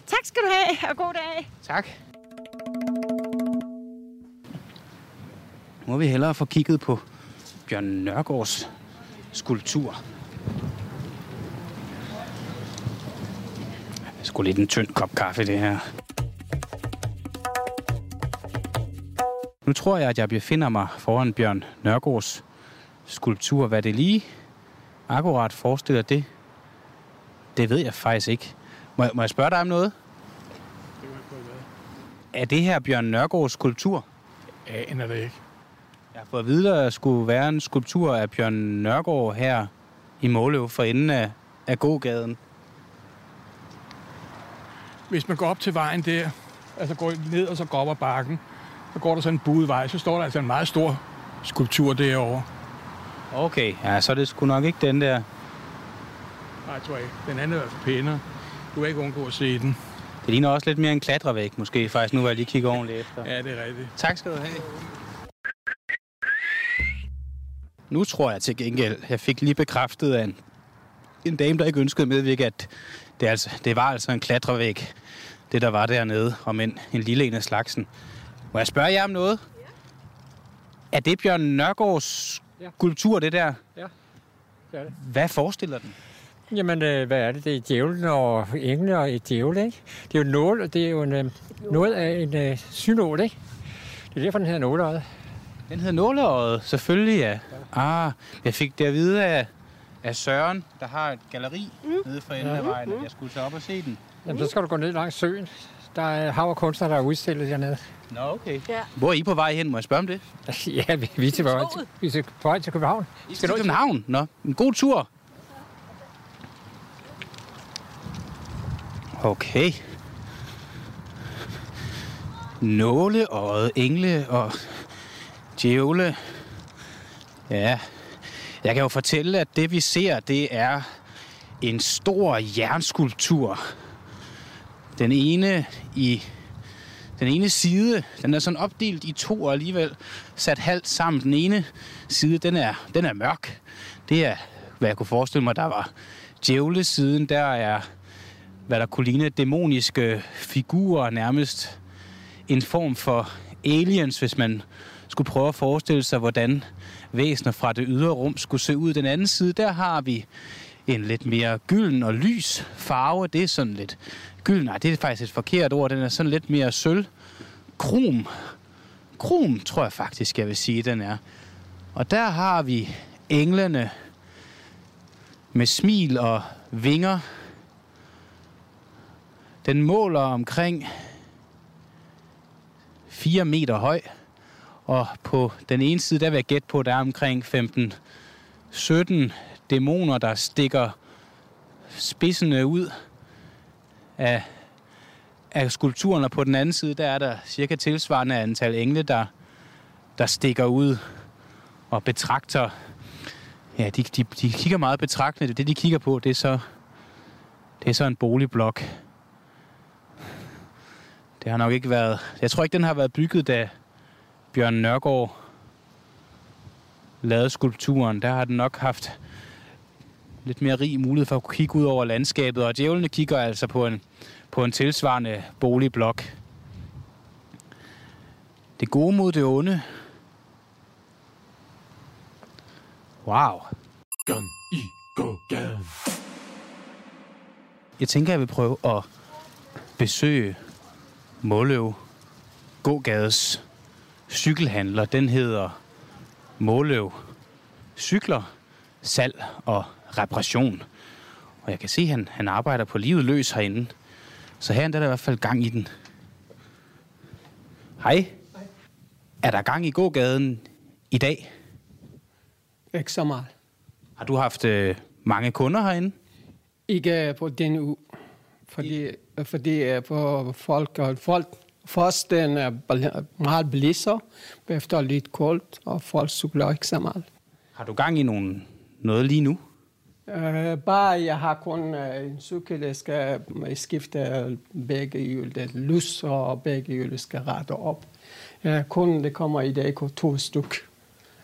Speaker 15: Tak skal du have, og god dag.
Speaker 10: Tak. Nu må vi hellere få kigget på Bjørn Nørgaards skulptur. Skulle lidt en tynd kop kaffe, det her. Nu tror jeg, at jeg befinder mig foran Bjørn Nørgaards skulptur. Hvad det lige akkurat forestiller det, det ved jeg faktisk ikke. Må, jeg- må jeg spørge dig om noget? Er det her Bjørn Nørgaards skulptur?
Speaker 14: Jeg aner det ikke.
Speaker 10: Jeg har fået at vide, at der skulle være en skulptur af Bjørn Nørgaard her i Måløv for enden af, af gågaden.
Speaker 14: Hvis man går op til vejen der, altså går ned og så går op ad bakken, så går der sådan en budvej, så står der altså en meget stor skulptur derovre.
Speaker 10: Okay, ja, så er det sgu nok ikke den der.
Speaker 14: Nej, tror jeg ikke. Den anden er i hvert fald pænere. Du kan ikke undgå at se den.
Speaker 10: Det ligner også lidt mere en klatrevæg, måske faktisk nu, hvor jeg lige kigger ordentligt efter.
Speaker 14: Ja, det er rigtigt.
Speaker 10: Tak skal du have. Nu tror jeg til gengæld, jeg fik lige bekræftet af en, en dame, der ikke ønskede at medvirke, at det, er altså, det var altså en klatrevæg, det der var dernede, om en, en lille en af slagsen. Må jeg spørge jer om noget? Er det Bjørn Nørgaards
Speaker 16: Ja.
Speaker 10: skulptur, det der?
Speaker 16: Ja, det er det.
Speaker 10: Hvad forestiller den?
Speaker 16: Jamen, øh, hvad er det? Det er djævlen og engle og et djævel, ikke? Det er jo, en nål, og det er jo en, øh, noget af en øh, synål, ikke? Det er derfor, den hedder nåleøjet.
Speaker 10: Den hedder nåleøjet, selvfølgelig, ja. Ah, jeg fik det at vide af, af Søren, der har et galeri mm. nede for enden af
Speaker 16: Mhm.
Speaker 10: vejen, at jeg skulle tage op og se den.
Speaker 16: Jamen, så skal du gå ned langs søen. Der er hav og kunstnere, der er udstillet dernede.
Speaker 10: Nå, okay. Ja. Hvor er I på vej hen? Må jeg spørge om det?
Speaker 16: <laughs> ja, vi, vi er til vej til, vi er til, på vej til København.
Speaker 10: I skal til København? Nå, en god tur. Okay. Nåle og engle og djævle. Ja, jeg kan jo fortælle, at det vi ser, det er en stor jernskulptur. Den ene i den ene side, den er sådan opdelt i to og alligevel sat halvt sammen. Den ene side, den er, den er mørk. Det er, hvad jeg kunne forestille mig, der var djævlesiden. Der er, hvad der kunne ligne dæmoniske figurer, nærmest en form for aliens, hvis man skulle prøve at forestille sig, hvordan væsener fra det ydre rum skulle se ud. Den anden side, der har vi en lidt mere gylden og lys farve. Det er sådan lidt gylden. Nej, det er faktisk et forkert ord. Den er sådan lidt mere sølv. Krom. Krom, tror jeg faktisk, jeg vil sige, den er. Og der har vi englene med smil og vinger. Den måler omkring 4 meter høj. Og på den ene side, der vil jeg gætte på, der er omkring 15-17 dæmoner, der stikker spidsene ud af, af skulpturen. Og på den anden side, der er der cirka tilsvarende antal engle, der, der stikker ud og betragter. Ja, de, de, de kigger meget betragtende. Det, de kigger på, det er så, det er så en boligblok. Det har nok ikke været... Jeg tror ikke, den har været bygget, da Bjørn Nørgaard lavede skulpturen. Der har den nok haft lidt mere rig mulighed for at kunne kigge ud over landskabet. Og djævlene kigger altså på en, på en tilsvarende boligblok. Det gode mod det onde. Wow.
Speaker 17: Gun i gågaden.
Speaker 10: Jeg tænker, jeg vil prøve at besøge Måløv gågades cykelhandler. Den hedder Måløv Cykler, Salg og Reparation. Og jeg kan se, at han, han arbejder på livet løs herinde. Så herinde er der i hvert fald gang i den. Hej. Er der gang i gågaden i dag?
Speaker 18: Ikke så meget.
Speaker 10: Har du haft øh, mange kunder herinde?
Speaker 18: Ikke på den uge. Fordi, fordi øh, på folk, og folk først den er bl- meget blæser, efter lidt koldt, og folk cykler ikke så meget.
Speaker 10: Har du gang i nogen, noget lige nu?
Speaker 18: Uh, bare jeg har kun uh, en cykel, jeg skal øh, skifte begge hjul, det er lus, og begge hjul skal rette op. Uh, kun det kommer i dag kun to styk.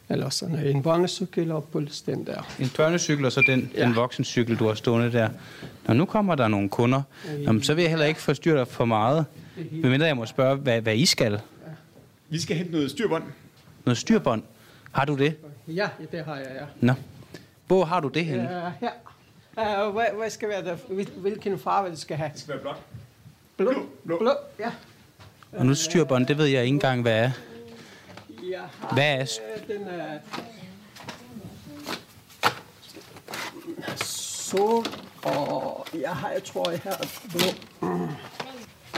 Speaker 18: eller sådan en børnecykel og puls den der.
Speaker 10: En børnecykel og så den, ja. den voksencykel, du har stående der. Når nu kommer der nogle kunder, jamen, så vil jeg heller ikke forstyrre dig for meget. Medmindre jeg må spørge, hvad, hvad I skal?
Speaker 3: Vi skal hente noget styrbånd.
Speaker 10: Noget styrbånd? Har du det?
Speaker 18: Ja, det har jeg, ja.
Speaker 10: Nå. Hvor har du det henne?
Speaker 18: Ja, her. Uh, Øh, hvad, hvad skal være der? Hvil- Hvilken farve det skal have? Det
Speaker 3: skal være blåt.
Speaker 18: Blå? Blå, Blå ja.
Speaker 10: Og nu styrbånd, det ved jeg ikke engang, hvad er.
Speaker 18: Jeg har,
Speaker 10: Hvad er
Speaker 18: øh,
Speaker 10: st-
Speaker 18: den er... Sol og... Jeg har, jeg tror, jeg har blå.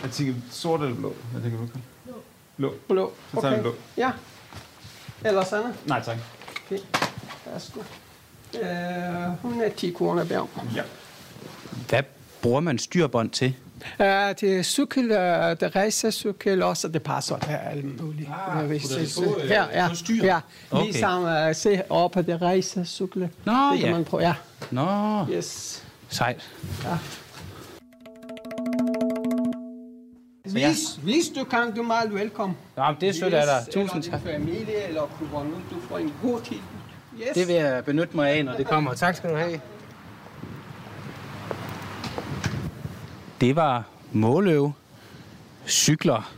Speaker 3: Jeg tænker sort eller blå? Jeg tænker du?
Speaker 18: Blå.
Speaker 3: Blå.
Speaker 18: Blå.
Speaker 3: Så tager vi blå.
Speaker 18: Ja. Ellers Anna?
Speaker 3: Nej, tak.
Speaker 18: Okay. Værsgo. Øh, hun er 10 kroner bjerg.
Speaker 3: Ja.
Speaker 10: Hvad bruger man styrbånd til?
Speaker 18: Uh, det er cykel, uh, det er racercykel også, og det passer til alt muligt. Ah, uh,
Speaker 10: så der er på, øh,
Speaker 18: ja, ja, ja.
Speaker 10: Okay.
Speaker 18: Ligesom uh, se op på det racercykel. Nå, det kan
Speaker 10: ja.
Speaker 18: man prøve, ja.
Speaker 10: Nå,
Speaker 18: Yes.
Speaker 10: sejt.
Speaker 18: Ja.
Speaker 10: Så jeg-
Speaker 18: Hvis, hvis du kan, du er meget velkommen.
Speaker 10: Nå, men det er sødt af dig.
Speaker 18: Hvis,
Speaker 10: Tusind
Speaker 18: eller
Speaker 10: tak.
Speaker 18: din familie, eller kubonen, du får en god tid. Yes.
Speaker 10: Det vil jeg benytte mig af, når det kommer. Tak skal du have. Det var Måløv. Cykler.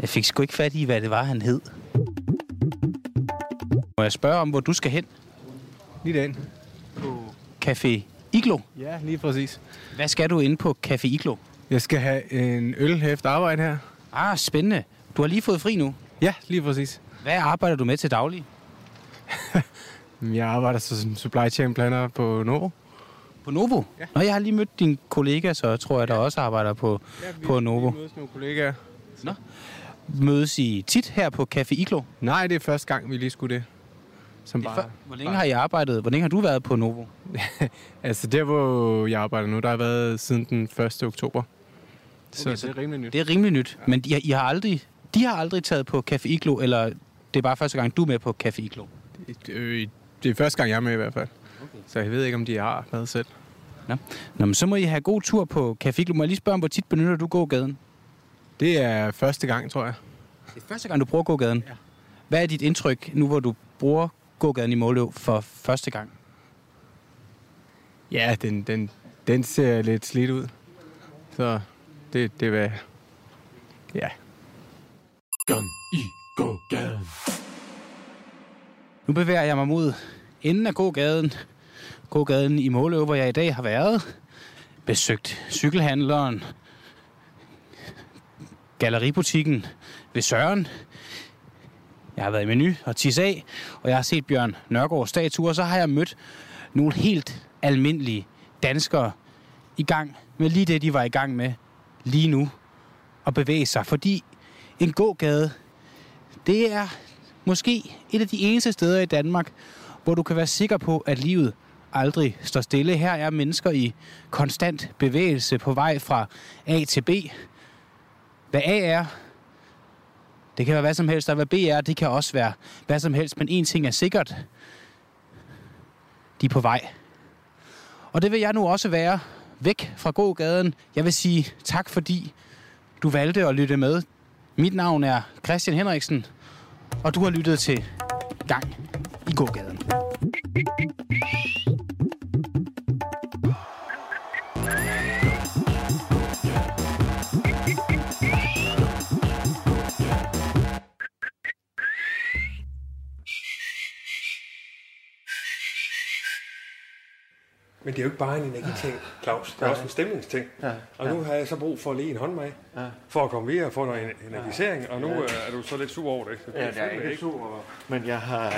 Speaker 10: Jeg fik sgu ikke fat i, hvad det var, han hed. Må jeg spørge om, hvor du skal hen?
Speaker 19: Lige derind.
Speaker 10: Café Iglo.
Speaker 19: Ja, lige præcis.
Speaker 10: Hvad skal du inde på Café Iglo?
Speaker 19: Jeg skal have en øl efter arbejde her.
Speaker 10: Ah, spændende. Du har lige fået fri nu.
Speaker 19: Ja, lige præcis.
Speaker 10: Hvad arbejder du med til daglig?
Speaker 19: Jeg arbejder så som supply chain planner på Novo.
Speaker 10: På Novo? Ja. Nå, jeg har lige mødt din kollega, så tror jeg, der også arbejder på, ja, på Novo.
Speaker 19: mødes nogle kollegaer.
Speaker 10: Nå. Mødes I tit her på Café Iglo?
Speaker 19: Nej, det er første gang, vi lige skulle det. Som
Speaker 10: Det er
Speaker 19: bare,
Speaker 10: for- Hvor længe har I arbejdet? Hvor længe har du været på Novo?
Speaker 19: <laughs> Altså der, hvor jeg arbejder nu, der har jeg været siden den 1. oktober.
Speaker 10: Okay,
Speaker 19: det er rimelig nyt.
Speaker 10: Det er rimelig nyt. Ja. Men I, I har aldrig, de har aldrig taget på Café Iglo, eller det er bare første gang, du er med på Café Iglo?
Speaker 19: Øh, Det er første gang, jeg er med i hvert fald. Okay. Så jeg ved ikke, om de har mad selv.
Speaker 10: Nå. Nå, men så må I have god tur på Café Iglo. Må jeg lige spørge om, hvor tit benytter du gågaden?
Speaker 19: Det er første gang, tror jeg.
Speaker 10: Det er første gang, du bruger gågaden? Ja. Hvad er dit indtryk nu, hvor du bruger gågaden i Måløv for første gang?
Speaker 19: Ja, den, den, den ser lidt slidt ud. Så det, det var... Ja.
Speaker 17: Gun i gågaden.
Speaker 10: Nu bevæger jeg mig mod enden af gågaden. Gågaden i Måløv, hvor jeg i dag har været. Besøgt cykelhandleren. Galleributikken ved Søren. Jeg har været i menu og tisse af, og jeg har set Bjørn Nørgaards statue, og så har jeg mødt nogle helt almindelige danskere i gang med lige det, de var i gang med lige nu at bevæge sig. Fordi en gågade, det er måske et af de eneste steder i Danmark, hvor du kan være sikker på, at livet aldrig står stille. Her er mennesker i konstant bevægelse på vej fra A til B. Hvad A er, det kan være hvad som helst, og hvad B er, det kan også være hvad som helst. Men en ting er sikkert, de er på vej. Og det vil jeg nu også være væk fra gågaden. Jeg vil sige tak, fordi du valgte at lytte med. Mit navn er Christian Henriksen, og du har lyttet til Gang i gågaden.
Speaker 7: Men det er jo ikke bare en energiting, Claus. Det er også en stemningsting.
Speaker 3: Ja.
Speaker 7: Og nu har jeg så brug for lige en hånd med,
Speaker 3: Ja.
Speaker 7: for at komme videre og få noget en- energisering. Og nu
Speaker 3: Ja.
Speaker 7: øh, er du så lidt sur over det. Det
Speaker 3: Ja, det er
Speaker 7: fandme
Speaker 3: ikke sur over. Men jeg har,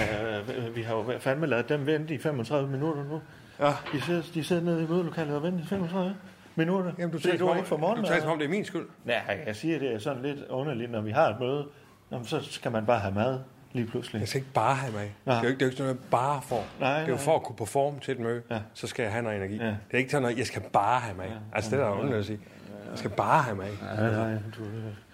Speaker 3: øh, vi har jo fandme lavet dem vente i 35 minutter nu. Ja. De sidder, de sidder nede i mødelokalet og venter i 35 minutter.
Speaker 7: Jamen, du
Speaker 3: det er
Speaker 7: taler
Speaker 3: du
Speaker 7: som om-
Speaker 3: ikke for morgen.
Speaker 7: du taler som om, det er min skyld.
Speaker 3: Nej, jeg siger, det er sådan lidt underligt, når vi har et møde. Jamen, så skal man bare have mad lige pludselig. Jeg
Speaker 7: skal ikke bare have mad.
Speaker 3: Nej.
Speaker 7: er jo ikke, det er jo ikke sådan noget, jeg bare for.
Speaker 3: Nej,
Speaker 7: det er jo
Speaker 3: nej.
Speaker 7: for at kunne performe til et møde, ja. så skal jeg have noget energi. Ja. Det er ikke sådan noget, jeg skal bare have mad. Ja. Altså, det er der ondt at sige. Jeg skal bare have mad.
Speaker 3: Ja,
Speaker 7: Altså,
Speaker 3: nej, du...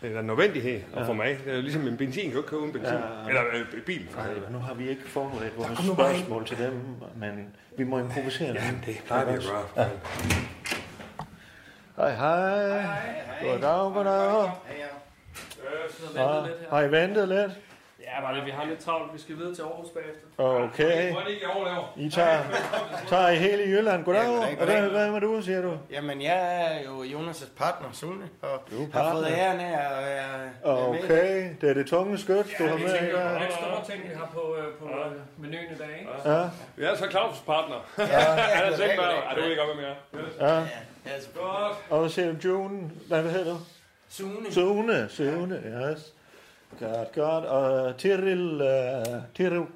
Speaker 7: Det er da en nødvendighed at
Speaker 3: Ja.
Speaker 7: få mad. Det er jo ligesom en benzin, kan du ikke køre uden benzin.
Speaker 3: Ja.
Speaker 7: Eller øh, bil, for
Speaker 3: Nej,
Speaker 7: helvede.
Speaker 3: nu har vi ikke forberedt
Speaker 7: Der
Speaker 3: vores
Speaker 7: kom nu bare
Speaker 3: spørgsmål til dem, men vi må improvisere.
Speaker 7: Ja,
Speaker 3: lidt.
Speaker 7: det plejer vi at gøre.
Speaker 3: Ja. Hej, hej. Goddag, goddag. Har I ventet lidt? Ja,
Speaker 9: Ja, bare det, vi har lidt travlt. Vi skal videre til Aarhus bagefter.
Speaker 3: Okay.
Speaker 9: Hvor er det ikke, jeg overlever?
Speaker 3: I tager, tager I hele Jylland. Goddag,
Speaker 20: Ja, goddag,
Speaker 3: og hvad,
Speaker 20: goddag.
Speaker 3: hvad med du, siger du?
Speaker 20: Jamen, jeg er jo Jonas' partner, Sune, og
Speaker 3: partner.
Speaker 20: har fået æren af at være være med i dag.
Speaker 3: Okay, det er det tunge skødt, du har med.
Speaker 9: Det er
Speaker 3: her.
Speaker 9: jo nogle store ting, vi har på, øh, på øh, menuen i dag, ikke?
Speaker 3: Ja.
Speaker 7: Vi er så Claus' partner. Ja,
Speaker 9: ja,
Speaker 7: <laughs> han er
Speaker 9: goddag,
Speaker 7: tænkt bare,
Speaker 9: goddag.
Speaker 7: at du ved ikke om, hvem jeg er.
Speaker 3: Ja.
Speaker 20: Ja, så
Speaker 3: Og hvad siger du, June? Nej, hvad hedder du?
Speaker 20: Sune.
Speaker 3: Sune, Sune, yes. Godt, godt. Og Tiril, uh, Tiril,
Speaker 9: Ja, hun,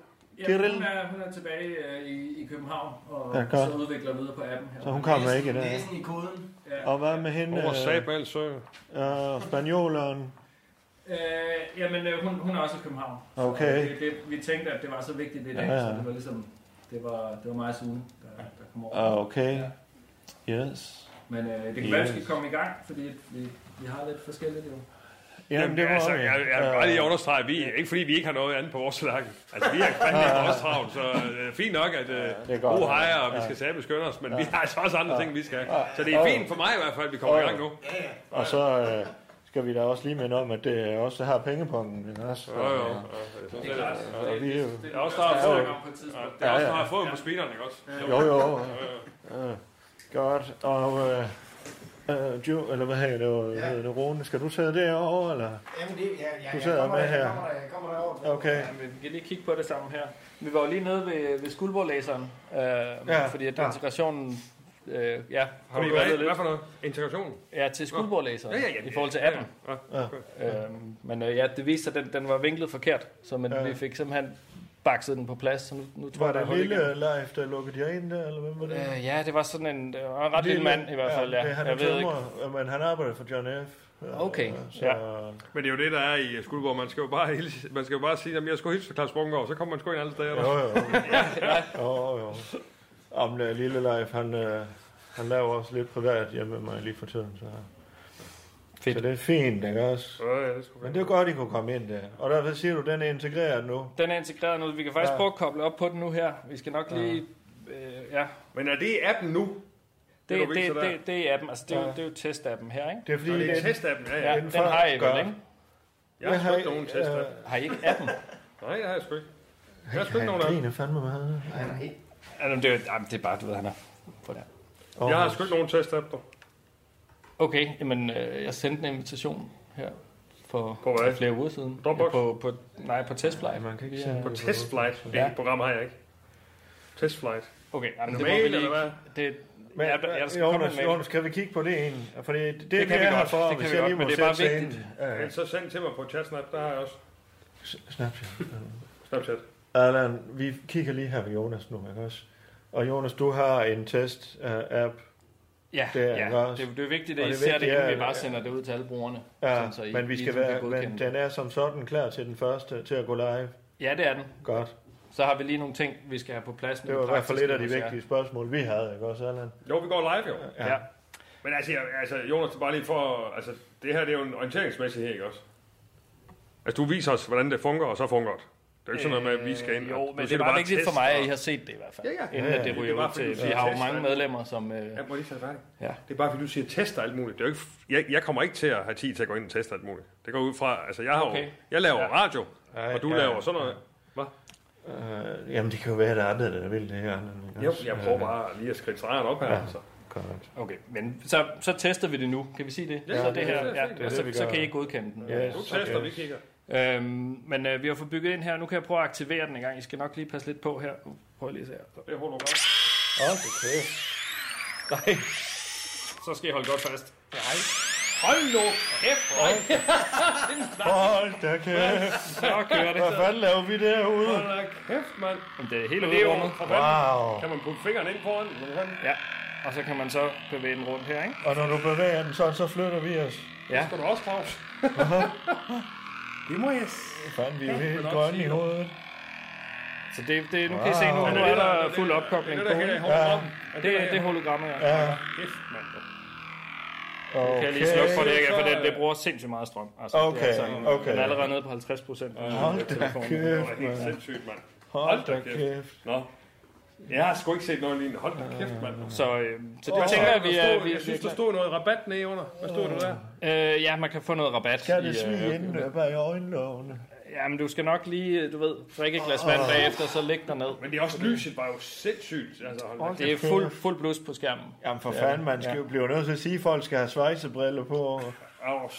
Speaker 3: Tiril.
Speaker 9: er, hun er tilbage øh, i, i København, og
Speaker 3: Ja,
Speaker 9: ja,
Speaker 3: godt.
Speaker 9: så udvikler videre på appen. Her.
Speaker 3: Så hun kommer ikke i dag. Næsen
Speaker 20: i koden.
Speaker 9: Ja.
Speaker 3: Og hvad med hende? øh,
Speaker 7: Over Sabal, så.
Speaker 3: Ja, spanjoleren.
Speaker 9: Øh, jamen, øh, hun, hun er også i København. Så,
Speaker 3: Okay.
Speaker 9: øh, Det, det, vi tænkte, at det var så vigtigt i dag,
Speaker 3: Ja,
Speaker 9: ja,
Speaker 3: ja.
Speaker 9: ja. så det var ligesom, det var, det var meget Sune, der, der kom over.
Speaker 3: Ah, Okay, yes.
Speaker 9: Men øh, det kan
Speaker 3: Yes.
Speaker 9: være, vi skal komme i gang, fordi vi, vi har lidt forskelligt jo.
Speaker 7: Jamen, det var, altså, jeg, jeg vil bare lige understrege, at vi, ikke fordi vi ikke har noget andet på vores tallerken. Altså, vi
Speaker 3: <laughs>
Speaker 7: har fandme ikke også travlt, så det er fint nok, at
Speaker 3: det er
Speaker 7: øh,
Speaker 3: godt.
Speaker 7: gode hejer, og vi
Speaker 3: Ja.
Speaker 7: skal sæbe skynde os, men
Speaker 3: Ja.
Speaker 7: vi har altså også andre
Speaker 3: Ja.
Speaker 7: ting, vi skal
Speaker 3: Ja.
Speaker 7: have. Så det er
Speaker 3: Og-
Speaker 7: fint for mig i hvert fald, at vi kommer i gang nu.
Speaker 3: Og så øh, skal vi da også lige minde om, at det også har pengepongen. Ikke også?
Speaker 7: Jo, jo.
Speaker 3: Det er klart. Og vi er jo...
Speaker 7: Det er også der har
Speaker 3: Jo, jo.
Speaker 7: fået på et tidspunkt. Det er
Speaker 3: Ja,
Speaker 7: også der
Speaker 3: ja.
Speaker 7: har fået på speederen, ikke også?
Speaker 3: Jo, jo. Øh, Godt. Og øh, øh, jo, eller hvad hedder det, ja. hedder det, Rune? Skal du sidde derovre, eller?
Speaker 9: Jamen, det, ja, ja,
Speaker 3: Du sidder med her. Okay.
Speaker 9: Ja, men vi kan lige kigge på det sammen her. Vi var jo lige nede ved, ved skuldbordlæseren, øh,
Speaker 7: Ja,
Speaker 9: ja, fordi at
Speaker 7: ja.
Speaker 9: ja. integrationen... Øh, ja,
Speaker 7: Har vi
Speaker 9: kunne
Speaker 7: været
Speaker 9: lidt.
Speaker 7: hvad for noget? Integration?
Speaker 9: Ja, til skuldbordlæseren
Speaker 7: Ja, ja, ja,
Speaker 9: i forhold til
Speaker 7: ja, ja.
Speaker 9: appen.
Speaker 7: Ja.
Speaker 9: Øhm, men øh, ja, det viste sig, at den, den var vinklet forkert, så men
Speaker 3: Ja.
Speaker 9: vi fik simpelthen bakset den på plads, så nu, nu tror
Speaker 3: Var
Speaker 9: jeg, der
Speaker 3: det
Speaker 9: er
Speaker 3: en
Speaker 9: hul igennem.
Speaker 3: lille live, der lukkede jer ind der, eller hvem var det?
Speaker 9: Øh, ja, det var sådan en, det var en ret lille, mand i hvert fald, ja.
Speaker 3: det- Han
Speaker 9: jeg
Speaker 3: er
Speaker 9: ved ikke.
Speaker 3: tømrer, men han arbejder for John F. Øh,
Speaker 9: Okay,
Speaker 3: så,
Speaker 9: ja.
Speaker 7: Men det er jo det, der er i Skuldborg. Man skal jo bare, hilse, man skal jo bare sige, at jeg skulle hilse til Claus Bunker, og så kommer man sgu ind alle steder. <laughs>
Speaker 3: Jo, jo. jo, jo. Om det er lille Leif, han, øh, han laver også lidt privat hjemme med mig lige for tiden, så... Fedt. Så det er fint, ikke også?
Speaker 7: Ja, ja, det skulle
Speaker 3: Men det er godt, I kunne komme ind der. Og der, hvad siger du, den er integreret nu?
Speaker 9: Den er integreret nu. Vi kan faktisk
Speaker 3: Ja.
Speaker 9: ja. prøve at koble op på den nu her. Vi skal nok lige... Øh, ja.
Speaker 7: Men er det appen nu?
Speaker 9: Det,
Speaker 7: Det,
Speaker 9: det,
Speaker 7: du
Speaker 9: det,
Speaker 7: viser der?
Speaker 9: det, det er appen. Altså, det, er, jo-
Speaker 7: Ja.
Speaker 9: det er jo testappen her, ikke?
Speaker 3: Det er fordi, Nå, det er den-
Speaker 7: testappen, ja, ja.
Speaker 9: ja
Speaker 7: Den
Speaker 9: den, den
Speaker 7: fra-
Speaker 9: har I
Speaker 7: gør-
Speaker 9: vel, ikke?
Speaker 7: Jeg har ikke nogen test.
Speaker 9: øh, Har I ikke appen?
Speaker 7: Nej, det har jeg sgu ikke. Jeg har sgu
Speaker 3: Han
Speaker 7: ikke nogen app.
Speaker 3: griner fandme meget. Ja.
Speaker 9: Jamen, det er, jo- jamen, det er bare, du ved, han er på der.
Speaker 7: Jeg har sgu ikke nogen test app, dog.
Speaker 9: Okay, jamen, øh, jeg sendte en invitation her for,
Speaker 7: På
Speaker 9: for
Speaker 7: hvad?
Speaker 9: flere uger siden.
Speaker 7: Dropbox?
Speaker 9: På, på, nej, på testflight. Man kan ikke
Speaker 7: På testflight. Det program har jeg ikke. Testflight.
Speaker 9: Okay,
Speaker 7: Er
Speaker 9: jamen,
Speaker 7: det
Speaker 9: det må
Speaker 7: mail,
Speaker 9: vi lige...
Speaker 7: eller hvad?
Speaker 9: Det,
Speaker 3: Men,
Speaker 9: ja, der, jeg skal komme
Speaker 3: Jonas,
Speaker 9: med en mail.
Speaker 3: Jonas, kan vi kigge på det en? Fordi det, det,
Speaker 9: kan vi
Speaker 3: vi er her
Speaker 9: godt.
Speaker 3: for,
Speaker 9: Det kan
Speaker 3: hvis
Speaker 9: vi
Speaker 3: jeg
Speaker 9: godt,
Speaker 3: lige må
Speaker 9: men det er bare
Speaker 3: sætte scenen.
Speaker 9: vigtigt.
Speaker 3: Ja, ja.
Speaker 7: Men så send til mig på chatsnap, der har jeg også.
Speaker 3: Snapchat.
Speaker 7: Snapchat.
Speaker 3: Allan, vi kigger lige her på Jonas nu, ikke også? Og Jonas, du har en øh, test-app.
Speaker 9: Ja, ja. Det, er- det er vigtigt, at I ser det, inden vi bare sender det ud til alle brugerne.
Speaker 3: Ja,
Speaker 9: sådan så I-
Speaker 3: men vi
Speaker 9: I
Speaker 3: skal
Speaker 9: ligesom kan
Speaker 3: være,
Speaker 9: godkende
Speaker 3: men
Speaker 9: det.
Speaker 3: den er som sådan klar til den første, til at gå live.
Speaker 9: Ja, det er den.
Speaker 3: Godt.
Speaker 9: Så har vi lige nogle ting, vi skal have på plads. med
Speaker 3: Det var i hvert fald
Speaker 9: praktiske
Speaker 3: et af de
Speaker 9: hos jer.
Speaker 3: vigtige spørgsmål, vi havde, ikke også, Allan?
Speaker 7: Jo, vi går live jo.
Speaker 3: Ja.
Speaker 7: Men altså, jeg, altså Jonas, det er bare lige for... Altså, det her det er jo en orienteringsmæssig her, ikke også? Altså, du viser os, hvordan det fungerer, og så fungerer det. Det er jo ikke sådan noget med, at vi skal ind.
Speaker 9: Øh,
Speaker 7: og-
Speaker 9: Jo,
Speaker 7: nu
Speaker 9: men det
Speaker 7: siger
Speaker 9: er
Speaker 7: du
Speaker 9: bare vigtigt for
Speaker 7: test,
Speaker 9: mig,
Speaker 7: og-
Speaker 9: at I har set det i hvert fald.
Speaker 7: Ja, ja.
Speaker 9: Inden
Speaker 7: Ja,
Speaker 9: at
Speaker 7: ja.
Speaker 9: det ryger
Speaker 7: Det er bare
Speaker 9: ud
Speaker 7: fordi,
Speaker 9: til.
Speaker 7: du
Speaker 9: Vi har jo
Speaker 7: tester
Speaker 9: mange
Speaker 7: alt.
Speaker 9: medlemmer, som... øh,
Speaker 7: Ja, prøv lige at tage færdig.
Speaker 9: Ja.
Speaker 7: Det er bare, fordi du siger tester alt muligt. Det er jo ikke, jeg, jeg kommer ikke til at have tid til at gå ind og teste alt muligt. Det går ud fra, altså jeg, har okay. jo,
Speaker 3: Okay.
Speaker 7: jeg laver
Speaker 3: Ja.
Speaker 7: ja. radio,
Speaker 3: Ej,
Speaker 7: og du
Speaker 3: ja.
Speaker 7: ja. laver sådan noget. Hvad?
Speaker 3: Øh, jamen, det kan jo være, at der er andre, der vil det her. Allan, ikke
Speaker 7: Jo,
Speaker 3: også?
Speaker 7: jeg prøver
Speaker 3: Øh,
Speaker 7: bare lige at skrive stregen op her.
Speaker 3: Ja.
Speaker 7: Ja. Altså.
Speaker 3: Godt.
Speaker 9: Okay, men så, så tester vi det nu. Kan vi sige det?
Speaker 7: Ja,
Speaker 9: så
Speaker 7: det
Speaker 9: det
Speaker 7: er
Speaker 9: her,
Speaker 7: fint.
Speaker 9: ja,
Speaker 7: Det er
Speaker 9: og
Speaker 7: det,
Speaker 9: så,
Speaker 7: vi
Speaker 9: så
Speaker 7: gør.
Speaker 9: kan I godkende den.
Speaker 7: Yes. Du tester, vi kigger.
Speaker 9: Øhm, men øh, vi har fået bygget ind her. Nu kan jeg prøve at aktivere den en gang. I skal nok lige passe lidt på her. Uh, Prøv lige at se her.
Speaker 7: Det holder godt.
Speaker 3: Okay.
Speaker 9: Nej. Så skal I holde godt fast. Nej. Hold nu kæft, nej.
Speaker 3: Hold da kæft.
Speaker 9: Så kører det.
Speaker 3: Hvad fanden laver vi derude?
Speaker 7: Hold da kæft, mand.
Speaker 9: Men det er hele
Speaker 7: Men det er jo
Speaker 9: udrummet.
Speaker 7: fra vand.
Speaker 3: Wow.
Speaker 7: Kan man putte fingeren ind foran?
Speaker 9: Ja, og så kan man så bevæge den rundt her, ikke?
Speaker 3: Og når du bevæger den sådan, så flytter vi os.
Speaker 9: Ja.
Speaker 7: Det skal du også, Claus.
Speaker 9: Det må jeg
Speaker 3: Fanden, vi er jo helt
Speaker 9: Men også
Speaker 3: grønne i
Speaker 9: sige nu.
Speaker 3: hovedet.
Speaker 9: Så det, det, nu kan I se, nu,
Speaker 3: Wow.
Speaker 9: nu er der fuld opkobling
Speaker 7: det
Speaker 9: på.
Speaker 7: er det, der
Speaker 9: ikke?
Speaker 7: hænger i hologrammet. Er det
Speaker 9: Det,
Speaker 7: der
Speaker 9: det er
Speaker 7: hænger-
Speaker 9: hologrammet, ja.
Speaker 3: Ja.
Speaker 7: Kæft, mand.
Speaker 3: Okay.
Speaker 9: Kan jeg lige slukke for det, ikke? for det, det bruger sindssygt meget strøm. Altså,
Speaker 3: Okay, okay.
Speaker 9: Den er allerede nede på 50 procent.
Speaker 3: Hold da
Speaker 7: Det var
Speaker 3: kæft,
Speaker 7: helt
Speaker 3: mand.
Speaker 7: sindssygt, mand.
Speaker 3: Hold da kæft.
Speaker 7: Nå. Jeg har sgu ikke set noget lignende. Hold da kæft, mand.
Speaker 9: Så, øh, så det
Speaker 7: Åh,
Speaker 9: tænker jeg,
Speaker 7: der
Speaker 9: vi
Speaker 7: stod-
Speaker 9: er... Vi,
Speaker 7: Jeg synes,
Speaker 9: vi
Speaker 7: der
Speaker 9: er
Speaker 7: stod noget rabat nede under. Hvad stod der der?
Speaker 9: klar. øh, ja, man kan få noget rabat.
Speaker 3: Kan det
Speaker 9: i, øh,
Speaker 3: svige inden bag øjenlågene?
Speaker 9: Jamen, du skal nok lige, øh, du ved, drikke et glas
Speaker 7: Åh.
Speaker 9: vand bagefter, så læg dig ned.
Speaker 7: Men det er også lyset var jo sindssygt. Altså, hold da
Speaker 9: Det er
Speaker 7: kæft.
Speaker 9: fuld, fuld blus på skærmen.
Speaker 7: Jamen,
Speaker 3: For fanden, man skal jo blive nødt til at sige, at folk skal have svejsebriller på. og-
Speaker 7: Åh,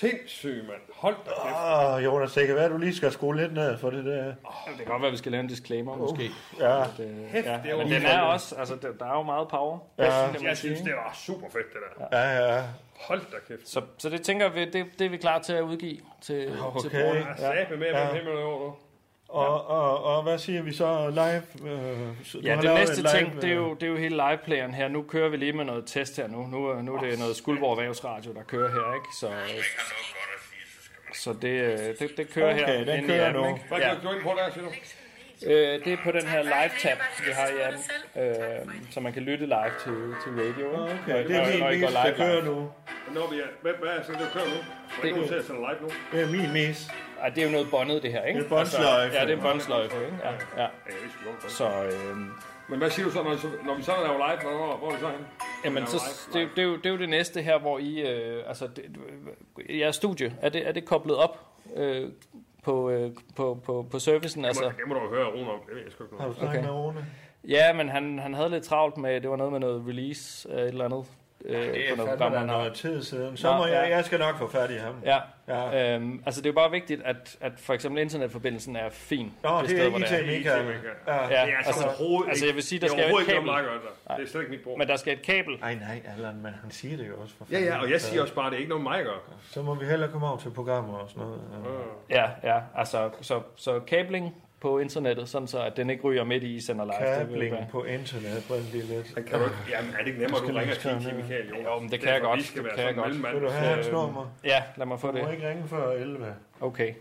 Speaker 7: sindssygt, mand. Hold da kæft.
Speaker 3: Åh, oh, Jonas, det kan være, at du lige skal skrue lidt ned for det der. Uh,
Speaker 9: Det kan godt være, at vi skal lave en disclaimer, måske.
Speaker 3: Ja.
Speaker 9: At, øh,
Speaker 3: Hæft,
Speaker 9: ja.
Speaker 3: det er jo
Speaker 9: Men
Speaker 3: lige
Speaker 9: den er
Speaker 3: for-
Speaker 9: også, altså, der, der er jo meget power.
Speaker 3: Ja.
Speaker 7: Jeg synes, det var super fedt, det der.
Speaker 3: Ja, ja.
Speaker 7: Hold da kæft.
Speaker 9: Så, så det tænker vi, det, det er vi klar til at udgive til, til brugerne.
Speaker 7: Jeg sagde med, at man himmel over nu.
Speaker 3: Og, og, og hvad siger vi så live? Øh, så- du
Speaker 9: Ja,
Speaker 3: har
Speaker 9: det
Speaker 3: lavet
Speaker 9: næste
Speaker 3: en live,
Speaker 9: ting, det er,
Speaker 3: øh,
Speaker 9: jo, det er jo hele liveplayeren her. Nu kører vi lige med noget test her nu. Nu, er- nu er det noget Skuldborg Erhvervsradio, der kører her, ikke? Så, så det, øh, det, det kører her.
Speaker 3: Okay, den
Speaker 9: inde i
Speaker 3: kører
Speaker 9: appen,
Speaker 3: nu.
Speaker 9: ikke?
Speaker 7: Hvad
Speaker 9: Ja.
Speaker 7: kan du gå ind på der, siger du?
Speaker 9: Øh, det er på den her live-tab, vi har i appen, øh, så man kan lytte live til, til radio. ikke? Når I-
Speaker 3: det er
Speaker 9: når I-
Speaker 3: min
Speaker 9: når I går
Speaker 3: vis, der
Speaker 9: live,
Speaker 3: kører
Speaker 9: live.
Speaker 3: nu.
Speaker 7: Når vi er, hvad, hvad er så det, du kører nu? Hvad
Speaker 9: Det-
Speaker 7: er du til at sende live nu?
Speaker 3: Det er min mes.
Speaker 9: Ej, det er jo noget bondet, det her, ikke?
Speaker 7: Det er båndsløjfe.
Speaker 9: Altså, Ja, det er båndsløjfe, ikke? Ja, ja. Så, øh,
Speaker 7: Men hvad siger du så, når, vi- når vi så laver live? Hvor, hvor er vi så henne?
Speaker 9: Jamen,
Speaker 7: Laver
Speaker 9: så,
Speaker 7: live,
Speaker 9: det, det, er jo, det er jo det næste her, hvor I... Øh, altså, det, øh, jeres studie, er det, er det koblet op øh, på, øh, på, på, på servicen?
Speaker 7: Det må,
Speaker 9: Altså?
Speaker 7: det må du jo høre Rune om. Det ved jeg sgu ikke noget.
Speaker 9: Okay. Ja, men han, han havde lidt travlt med... Det var noget med noget release øh, et eller andet. Øh,
Speaker 3: det er
Speaker 9: på noget,
Speaker 3: fandme
Speaker 9: program,
Speaker 3: da
Speaker 9: han har.
Speaker 3: noget tid siden. Så må jeg, jeg skal nok få fat i ham.
Speaker 9: Ja, ja. Øhm, altså det er jo bare vigtigt, at, at for eksempel internetforbindelsen er fin.
Speaker 3: Nå, det er
Speaker 9: sted,
Speaker 3: ikke
Speaker 9: hvor det
Speaker 3: IT Mika.
Speaker 9: IT Mika.
Speaker 3: Ja.
Speaker 9: Ja,
Speaker 3: Det er altså
Speaker 9: altså, altså,
Speaker 3: overhovedet
Speaker 9: altså jeg vil
Speaker 3: ikke-
Speaker 9: sige,
Speaker 3: det
Speaker 9: der
Speaker 3: er
Speaker 9: skal jo et
Speaker 3: overhovedet ikke
Speaker 9: kabel.
Speaker 3: noget,
Speaker 7: Mark, altså. Det er slet ikke mit bord.
Speaker 9: Men der skal et kabel.
Speaker 3: Nej, nej, Allan, men han siger det jo også. For
Speaker 7: Ja, ja, og jeg siger
Speaker 3: Så-
Speaker 7: også bare, at det er ikke noget, mig gør.
Speaker 3: Så må vi hellere komme over til programmer og sådan noget.
Speaker 7: Øh.
Speaker 9: Ja, ja. Altså, så, så kabling på internettet, sådan så at den ikke ryger midt i, I sender live. Det vil
Speaker 3: Kabling
Speaker 9: være-
Speaker 3: på internet, brænd lige lidt.
Speaker 7: Kan du ikke? Jamen, er det ikke nemmere, at du ringer til Kim Michael? Jo,
Speaker 9: men det kan jeg godt.
Speaker 7: Vi skal
Speaker 9: Det
Speaker 7: være
Speaker 9: kan
Speaker 7: sådan
Speaker 9: jeg
Speaker 7: en
Speaker 9: godt.
Speaker 7: mellemmand.
Speaker 3: Vil du have hans
Speaker 9: Øhm,
Speaker 3: nummer?
Speaker 9: Ja, lad mig få
Speaker 3: Du må
Speaker 9: det.
Speaker 3: ikke ringe før 11.
Speaker 9: Okay.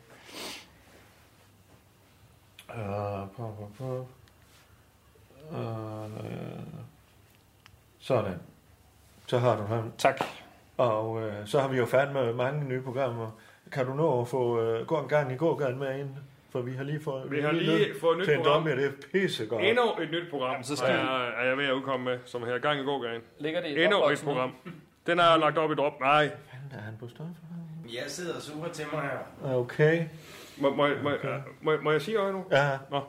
Speaker 3: Uh, på, på, på. Uh, sådan. Så har du ham.
Speaker 9: Tak.
Speaker 3: Og uh, så har vi jo fandme mange nye programmer. Kan du nå at få uh, gå en gang i gågaden med ind? For vi har lige fået,
Speaker 7: Vi har lige
Speaker 3: nødt
Speaker 7: fået nyt
Speaker 3: til en
Speaker 7: program.
Speaker 3: dommer, det er pissegodt.
Speaker 7: Endnu et nyt program,
Speaker 9: så
Speaker 7: så
Speaker 9: skal
Speaker 7: skal er, er jeg ved at udkomme med, som her gang i går gang.
Speaker 9: Ligger det i
Speaker 7: Endnu et
Speaker 9: Dropbox nu?
Speaker 7: program. Den er lagt op i drop. Nej.
Speaker 3: Er han på stof?
Speaker 20: Jeg sidder og suger til mig her.
Speaker 3: Okay.
Speaker 7: Må, må, må, øh, må, må jeg sige noget nu?
Speaker 3: Ja.
Speaker 7: Nå.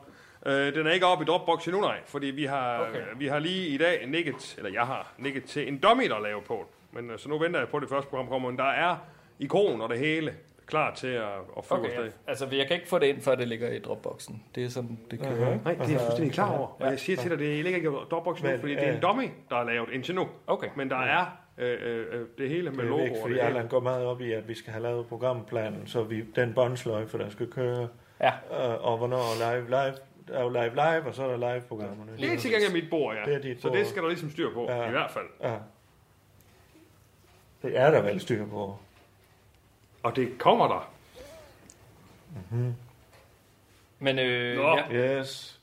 Speaker 7: Øh, den er ikke oppe i Dropbox endnu, nej. Fordi vi har, okay. vi har lige i dag nikket, eller jeg har nikket til en dummy, der laver på. den. Men øh, så nu venter jeg på, at det første program kommer. Men der er ikon og det hele klar til at, at få
Speaker 9: Okay,
Speaker 7: os
Speaker 9: ja.
Speaker 7: det.
Speaker 9: altså jeg kan ikke få det ind, før det ligger i Dropboxen. Det er sådan, det kører. ikke?
Speaker 7: Nej, det er
Speaker 3: Altså,
Speaker 7: jeg fuldstændig klar over.
Speaker 9: Ja.
Speaker 7: Og jeg siger til dig, det ligger ikke i Dropbox nu,
Speaker 9: Men,
Speaker 7: fordi det er en
Speaker 9: øh,
Speaker 7: dummy, der er lavet indtil nu.
Speaker 9: Okay.
Speaker 7: Men der er øh, øh, øh, det hele med
Speaker 3: Det er
Speaker 7: logoer.
Speaker 3: vigtigt, fordi
Speaker 7: det hele.
Speaker 3: Allan går meget op i, at vi skal have lavet programplanen, så vi, den båndsløjfe, der skal køre,
Speaker 9: ja.
Speaker 3: øh, og hvornår er live, live, der er jo live live, og så er der live-programmerne.
Speaker 7: Det er til gengæld mit bord, ja.
Speaker 3: Det er dit
Speaker 7: så
Speaker 3: bord.
Speaker 7: det skal der ligesom styr på, ja. i hvert fald.
Speaker 3: Ja. Det er der vel styr på.
Speaker 7: Og det kommer der.
Speaker 3: Mm-hmm.
Speaker 9: Men øh,
Speaker 7: Nå.
Speaker 9: ja.
Speaker 3: Yes.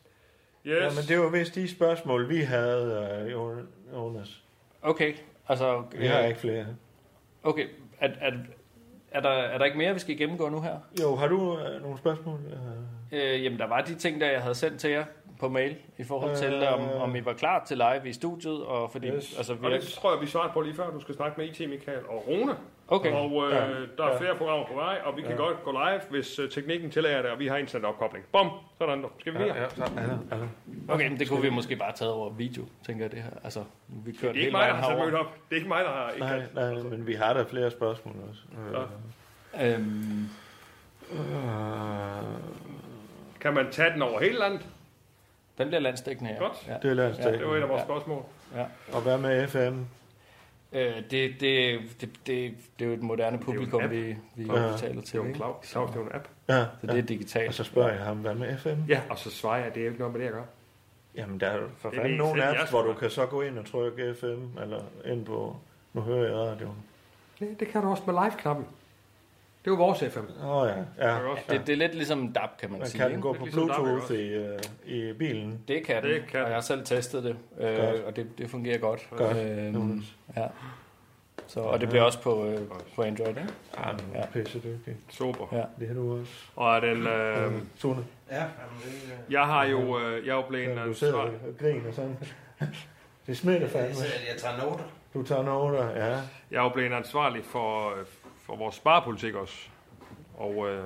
Speaker 7: Yes.
Speaker 3: Ja, men det var vist de spørgsmål, vi havde, øh, Jo- Jonas.
Speaker 9: Okay, altså...
Speaker 3: Vi har ikke flere.
Speaker 9: Okay, er, er, er, der, er der ikke mere, vi skal gennemgå nu her?
Speaker 3: Jo, har du øh, nogle spørgsmål? Øh,
Speaker 9: Øh, jamen, der var de ting, der jeg havde sendt til jer på mail, i forhold til,
Speaker 3: Øh.
Speaker 9: om, om I var klar til live i studiet, og fordi... Yes. Altså, vi
Speaker 7: Og
Speaker 9: er,
Speaker 7: det tror jeg, vi svarede på lige før. Du skal snakke med IT, Michael og Rune.
Speaker 9: Okay.
Speaker 7: Og øh,
Speaker 9: Ja.
Speaker 7: der er
Speaker 9: Ja.
Speaker 7: flere programmer på vej, og vi kan
Speaker 9: Ja.
Speaker 7: godt gå live, hvis øh, teknikken tillader det, og vi har internetopkobling. Bom! Sådan der. Skal vi
Speaker 9: Ja,
Speaker 7: videre?
Speaker 9: ja, så- okay, men det kunne vi måske bare tage over video, tænker jeg det her. Altså, vi
Speaker 7: Det
Speaker 9: kørte
Speaker 7: er ikke
Speaker 9: hele
Speaker 7: mig, der
Speaker 9: vejen
Speaker 7: har sat
Speaker 9: herover.
Speaker 7: mødt op. Det er ikke mig, der har... Ikke
Speaker 3: Nej, nej, men vi har da flere spørgsmål også.
Speaker 9: Øh, øhm.
Speaker 7: Kan man tage den over hele landet?
Speaker 9: Den bliver landstækkende her.
Speaker 7: Godt.
Speaker 9: Ja.
Speaker 3: Det er landsdækkende.
Speaker 7: det var et af vores
Speaker 9: Ja.
Speaker 7: spørgsmål.
Speaker 9: Ja.
Speaker 3: Og hvad med FM?
Speaker 9: Øh, det, det, det, det, det er jo et moderne publikum,
Speaker 7: app.
Speaker 9: vi, vi
Speaker 3: Ja.
Speaker 9: ja. taler til.
Speaker 7: Det er jo en
Speaker 9: ikke?
Speaker 7: cloud.
Speaker 9: Så-
Speaker 7: Cloud, det er jo en app.
Speaker 3: Ja,
Speaker 9: Så det
Speaker 3: ja.
Speaker 9: er digitalt.
Speaker 3: Og så spørger jeg ham, hvad med FM?
Speaker 7: Ja, og så svarer jeg, at det er jo ikke noget med det, jeg gør.
Speaker 3: Jamen, der er jo for
Speaker 7: Det ved
Speaker 3: fanden
Speaker 7: jeg
Speaker 3: nogle
Speaker 7: selv, jeg
Speaker 3: apps, hvor du kan så gå ind og trykke FM, eller ind på, nu hører jeg radioen.
Speaker 7: Nej, det kan du også med live-knappen. Det er jo vores FM.
Speaker 3: Åh oh, ja, ja.
Speaker 7: Det er også, ligesom
Speaker 9: Ja, det, det er lidt ligesom DAB, kan man,
Speaker 3: Man
Speaker 9: sige.
Speaker 3: kan den
Speaker 9: ikke?
Speaker 3: gå på Bluetooth i, øh, i bilen.
Speaker 9: Det kan den,
Speaker 3: Det
Speaker 9: det kan og jeg har selv testet det,
Speaker 3: Godt.
Speaker 9: øh, og det, det fungerer godt.
Speaker 3: Godt.
Speaker 9: Øhm, ja. Så, og det bliver også på, øh, på Android, ikke?
Speaker 3: Ja, men ja. pisse dygtig.
Speaker 7: Super.
Speaker 9: Ja.
Speaker 3: Det har du også.
Speaker 7: Og er den... Øh,
Speaker 3: Sune.
Speaker 20: Ja, jamen, det, øh,
Speaker 7: jeg har jo... Øh, jeg er jo blevet...
Speaker 3: Ja,
Speaker 7: øh,
Speaker 3: du sidder
Speaker 7: svar-
Speaker 3: og griner sådan. <laughs> Det smitter
Speaker 20: jeg
Speaker 3: fandme.
Speaker 20: sidder, at jeg tager noter.
Speaker 3: Du tager noter, ja.
Speaker 7: Jeg er jo blevet ansvarlig for, for vores sparepolitik også. Og øh,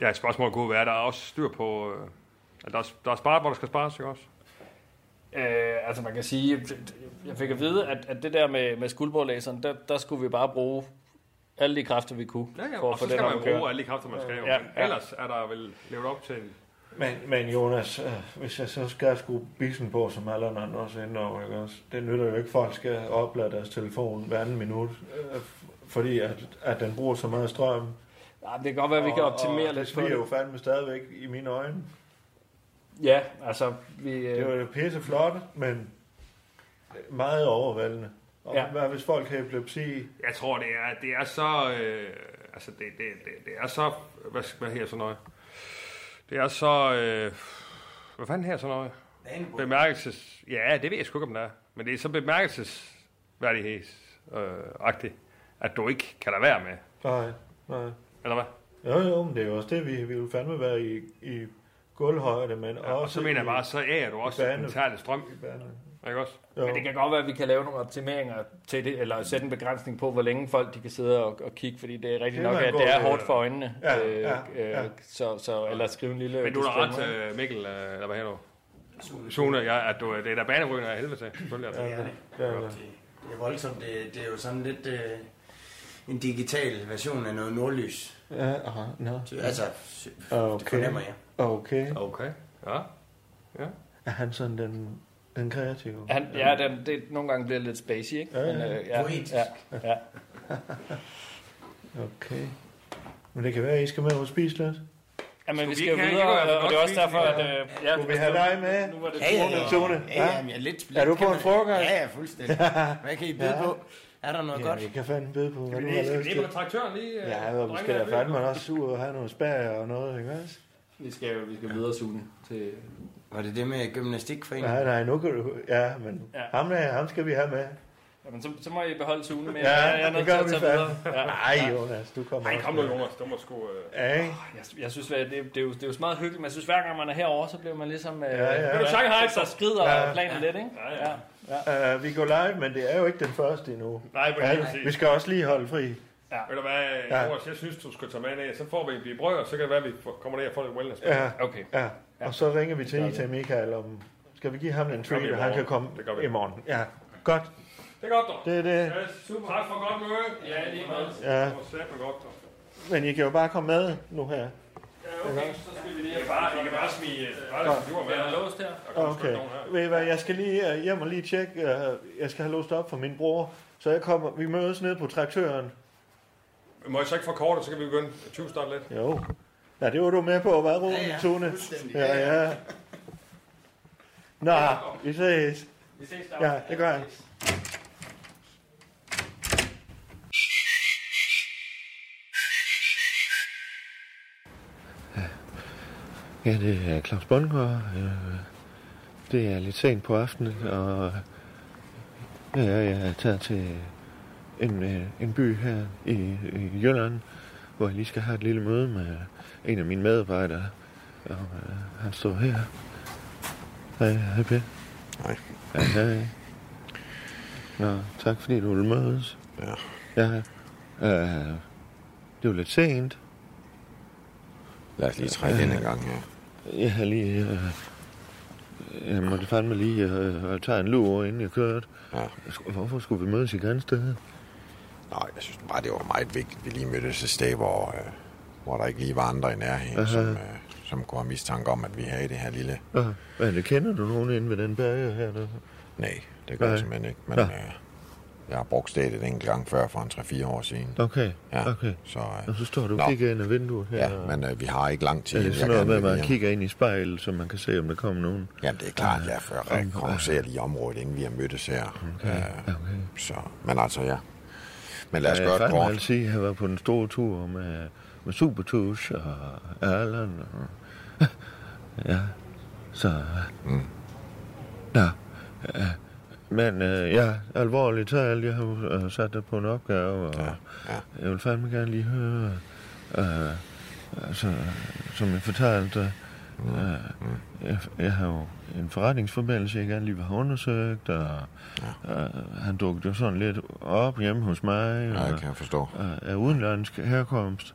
Speaker 7: Ja, spørgsmålet kunne være, at der er også styr på... Øh, at der, er, der er sparet, hvor der skal spares, ikke også?
Speaker 9: Øh, altså man kan sige, jeg fik at vide, at, at det der med, med skuldbordlæseren, der, der skulle vi bare bruge alle de kræfter, vi kunne.
Speaker 7: Ja, ja, og så skal
Speaker 9: op
Speaker 7: man
Speaker 9: at
Speaker 7: jo
Speaker 9: køre.
Speaker 7: bruge alle de kræfter, man skal jo.
Speaker 9: Ja,
Speaker 7: Men
Speaker 9: ja.
Speaker 7: Ellers er der vel levet op til en...
Speaker 3: Men, men Jonas, øh, hvis jeg så skal skrue bissen på, som alle andre også er inde over, ikke også? det nytter jo ikke, at folk skal oplade deres telefon hver anden minut, øh, f- fordi at, at den bruger så meget strøm.
Speaker 9: Ja, det kan godt være, at vi kan optimere
Speaker 3: og,
Speaker 9: lidt
Speaker 3: det.
Speaker 9: på
Speaker 3: sviger jo
Speaker 9: det.
Speaker 3: fandme stadigvæk i mine øjne.
Speaker 9: Ja, altså... Vi, øh...
Speaker 3: Det var jo pisse flot, men meget overvældende. Og
Speaker 7: Ja.
Speaker 3: ja. hvad hvis folk har epilepsi?
Speaker 7: Jeg tror, det er, det er så... Øh, altså, det, det, det, det er så... Hvad, hvad her så noget? Det er så... Øh, hvad fanden her så noget? Bemærkelses... Ja, det ved jeg sgu ikke, om det er. Men det er så bemærkelsesværdighedsagtigt, at du ikke kan lade være med.
Speaker 3: Nej, nej.
Speaker 7: Eller hvad?
Speaker 3: Jo, jo, men det er jo også det, vi, vi vil fandme være i, i gulvhøjde, men ja,
Speaker 7: Ja, og
Speaker 3: også
Speaker 7: så mener jeg
Speaker 3: i-
Speaker 7: bare, så ærer du også
Speaker 3: bane-
Speaker 7: den mentale strøm. Ikke også?
Speaker 9: Men det kan godt være, at vi kan lave nogle optimeringer til det, eller sætte en begrænsning på, hvor længe folk de kan sidde og, og kigge, fordi det er rigtigt
Speaker 7: Det
Speaker 9: nok,
Speaker 7: er en
Speaker 9: at
Speaker 7: god
Speaker 9: det er
Speaker 7: idé,
Speaker 9: hårdt for
Speaker 7: ja.
Speaker 9: øjnene. Øh,
Speaker 7: Ja, ja, ja.
Speaker 9: Så, så, eller skrive en lille...
Speaker 7: Men du har
Speaker 9: disclaimer.
Speaker 7: ret, øh, Mikkel, øh, eller hvad hedder du? Sune, ja, at du, det er da banerygende af helvede til. Selvfølgelig er
Speaker 20: Ja, det er det. Det er voldsomt. Det, det er jo sådan lidt øh, en digital version af noget nordlys.
Speaker 3: Ja, aha, nå.
Speaker 20: Det, altså,
Speaker 3: okay.
Speaker 20: det fornemmer jeg.
Speaker 3: Okay.
Speaker 7: Okay, ja. ja.
Speaker 3: Er han sådan den, den kreative?
Speaker 9: Han, ja, den, det nogle gange bliver det lidt spacey, ikke? øh,
Speaker 3: Ja, ja.
Speaker 20: Poetisk.
Speaker 9: ja, ja.
Speaker 3: <laughs> Okay. Men det kan være, at I skal med ud og spise lidt.
Speaker 9: Ja, men vi
Speaker 7: vi
Speaker 9: skal jo
Speaker 7: ikke have-
Speaker 9: videre,
Speaker 7: I kan jo
Speaker 9: og, og det er
Speaker 7: godt
Speaker 9: også
Speaker 7: spise
Speaker 9: derfor, at...
Speaker 7: lige
Speaker 9: Øh,
Speaker 7: her.
Speaker 9: ja,
Speaker 3: Kunne vi have dig med?
Speaker 9: Nu var det
Speaker 20: Ja, ja, ja.
Speaker 9: Sune.
Speaker 3: Sune,
Speaker 20: Ja, ja, men jeg er lidt
Speaker 3: Er du på
Speaker 20: kan
Speaker 3: en frokost?
Speaker 20: Ja, ja,
Speaker 3: <laughs>
Speaker 20: fuldstændig. Hvad kan I byde
Speaker 3: Ja.
Speaker 20: ja. på? Er der noget
Speaker 3: ja,
Speaker 20: godt?
Speaker 3: vi kan fandme byde på, hvad du har lyst til.
Speaker 7: traktøren lige? øh,
Speaker 3: Ja, og vi skal da fandme også sur og have nogle spær og noget, ikke også?
Speaker 9: Vi skal jo vi skal videre, Sune. Til...
Speaker 20: Var det det med gymnastikforeningen?
Speaker 3: Nej, nej, nu kan du... Ja, men
Speaker 9: Ja.
Speaker 3: ham, der, ham skal vi have med.
Speaker 9: Jamen, så, så må I beholde Sune med.
Speaker 3: Ja, det gør vi fandme.
Speaker 9: videre.
Speaker 3: Nej, Jonas, du kommer
Speaker 7: Nej,
Speaker 3: også
Speaker 7: kom nu,
Speaker 3: med.
Speaker 7: Jonas. Du må sgu... Øh...
Speaker 3: Ja, ikke?
Speaker 9: Jeg, jeg synes, at det, det, er jo, det er jo så meget hyggeligt, men jeg synes, hver gang man er herovre, så bliver man ligesom... Øh,
Speaker 3: ja,
Speaker 9: Det er jo
Speaker 3: ja.
Speaker 9: Shanghai, så skrider
Speaker 3: Ja.
Speaker 9: ja, planen lidt, ikke? Ja, ja.
Speaker 3: Ja. Uh, vi går live, men det er jo ikke den første endnu.
Speaker 7: Nej, men lige præcis.
Speaker 3: vi skal også lige holde fri.
Speaker 7: Ja. Ved du hvad,
Speaker 3: Ja.
Speaker 7: ja. Jonas, jeg synes, du skal tage med ned. Så får vi en bibrød, og så kan det være, at vi får- kommer ned og får lidt wellness.
Speaker 3: Ja.
Speaker 9: Okay.
Speaker 3: Ja. Og så ringer vi
Speaker 7: gør
Speaker 3: til
Speaker 7: vi.
Speaker 3: IT Michael om... Skal vi give ham en
Speaker 7: gør vi i
Speaker 3: treat, og han
Speaker 7: morgen.
Speaker 3: kan komme
Speaker 7: Det gør vi.
Speaker 3: i morgen? Ja, godt.
Speaker 7: Det er godt, dog.
Speaker 3: Det er det.
Speaker 7: Ja, super. Tak for godt møde. Ja, lige meget.
Speaker 3: Ja.
Speaker 7: Det var satme godt, dog.
Speaker 3: Men I kan jo bare komme med nu her.
Speaker 7: Ja, okay, så skal vi lige... I kan bare, I kan bare smige... Bare
Speaker 3: Godt.
Speaker 7: smide jord med. Jeg er låst her.
Speaker 3: Okay. Ved I hvad, jeg skal lige øh, hjem og lige tjekke. øh, Jeg skal have låst op for min bror. Så jeg kommer, vi mødes nede på traktøren.
Speaker 7: Må jeg så ikke forkorte, så kan vi begynde at tyvstarte lidt?
Speaker 3: Jo. Ja, det var du med på, var du, ja, ja. Tune? Ja, ja. Nå, vi ses.
Speaker 7: Vi ses
Speaker 3: Ja, det gør jeg. Ja, det er Claus Bundgaard. Øh, Det er lidt sent på aftenen, og ja, jeg er taget til en, øh, en by her i, i Jylland, hvor jeg lige skal have et lille møde med en af mine medarbejdere. Og øh, han står her. Hej, hej Per. Hej. Hej, hej. Nå, tak fordi du ville mødes. Ja. Ja, øh, det var lidt sent.
Speaker 21: Lad os lige trække den en gang her.
Speaker 3: Øh, Jeg har lige... Øh, jeg måtte fandme lige øh, tage en lur, inden jeg kørte.
Speaker 21: Ja.
Speaker 3: Hvorfor skulle vi mødes i Grænsted?
Speaker 21: Nej, jeg synes bare, det var meget vigtigt, at vi lige mødtes et sted, hvor, øh, hvor der ikke lige var andre i nærheden,
Speaker 3: Aha.
Speaker 21: som, øh, som kunne have mistanke om, at vi havde det her lille...
Speaker 3: Hvad, hvad det kender du nogen inde ved den bærge her? Der?
Speaker 21: Nej, det gør
Speaker 3: Nej.
Speaker 21: jeg simpelthen ikke, men øh, jeg har brugt stedet en enkelt gang før, for en 3-4 år siden.
Speaker 3: Okay,
Speaker 21: Ja,
Speaker 3: okay.
Speaker 21: Så, øh,
Speaker 3: Og så står du
Speaker 21: nå.
Speaker 3: og kigger ind ad vinduet her.
Speaker 21: Ja, men øh, vi har ikke lang tid.
Speaker 3: er det
Speaker 21: inden
Speaker 3: sådan
Speaker 21: jeg
Speaker 3: noget med, at
Speaker 21: gerne vil
Speaker 3: man
Speaker 21: hjem.
Speaker 3: kigger ind i spejlet, så man kan se, om der kommer nogen?
Speaker 21: Jamen, det er klart, ja, for jeg rekognoserer lige området, inden vi har mødtes her. Okay, okay. Så, men altså, ja. Men lad os
Speaker 3: Ja,
Speaker 21: gøre det
Speaker 3: Jeg altså kan
Speaker 21: kort.
Speaker 3: sige, at jeg var på den store tur med, med Supertush og Erland. Og, <laughs> ja, så... Mm. Nå, øh, men øh, ja, alvorligt talt, jeg har jo øh, sat dig på en opgave, og ja, ja. jeg vil fandme gerne lige høre, øh, altså, som jeg fortalte dig, øh, jeg, jeg har jo en forretningsforbindelse, jeg gerne lige vil have undersøgt, og ja. øh, han dukkede jo sådan lidt op hjemme hos mig.
Speaker 21: Ja,
Speaker 3: og,
Speaker 21: kan jeg forstå.
Speaker 3: Øh, af udenlandsk herkomst.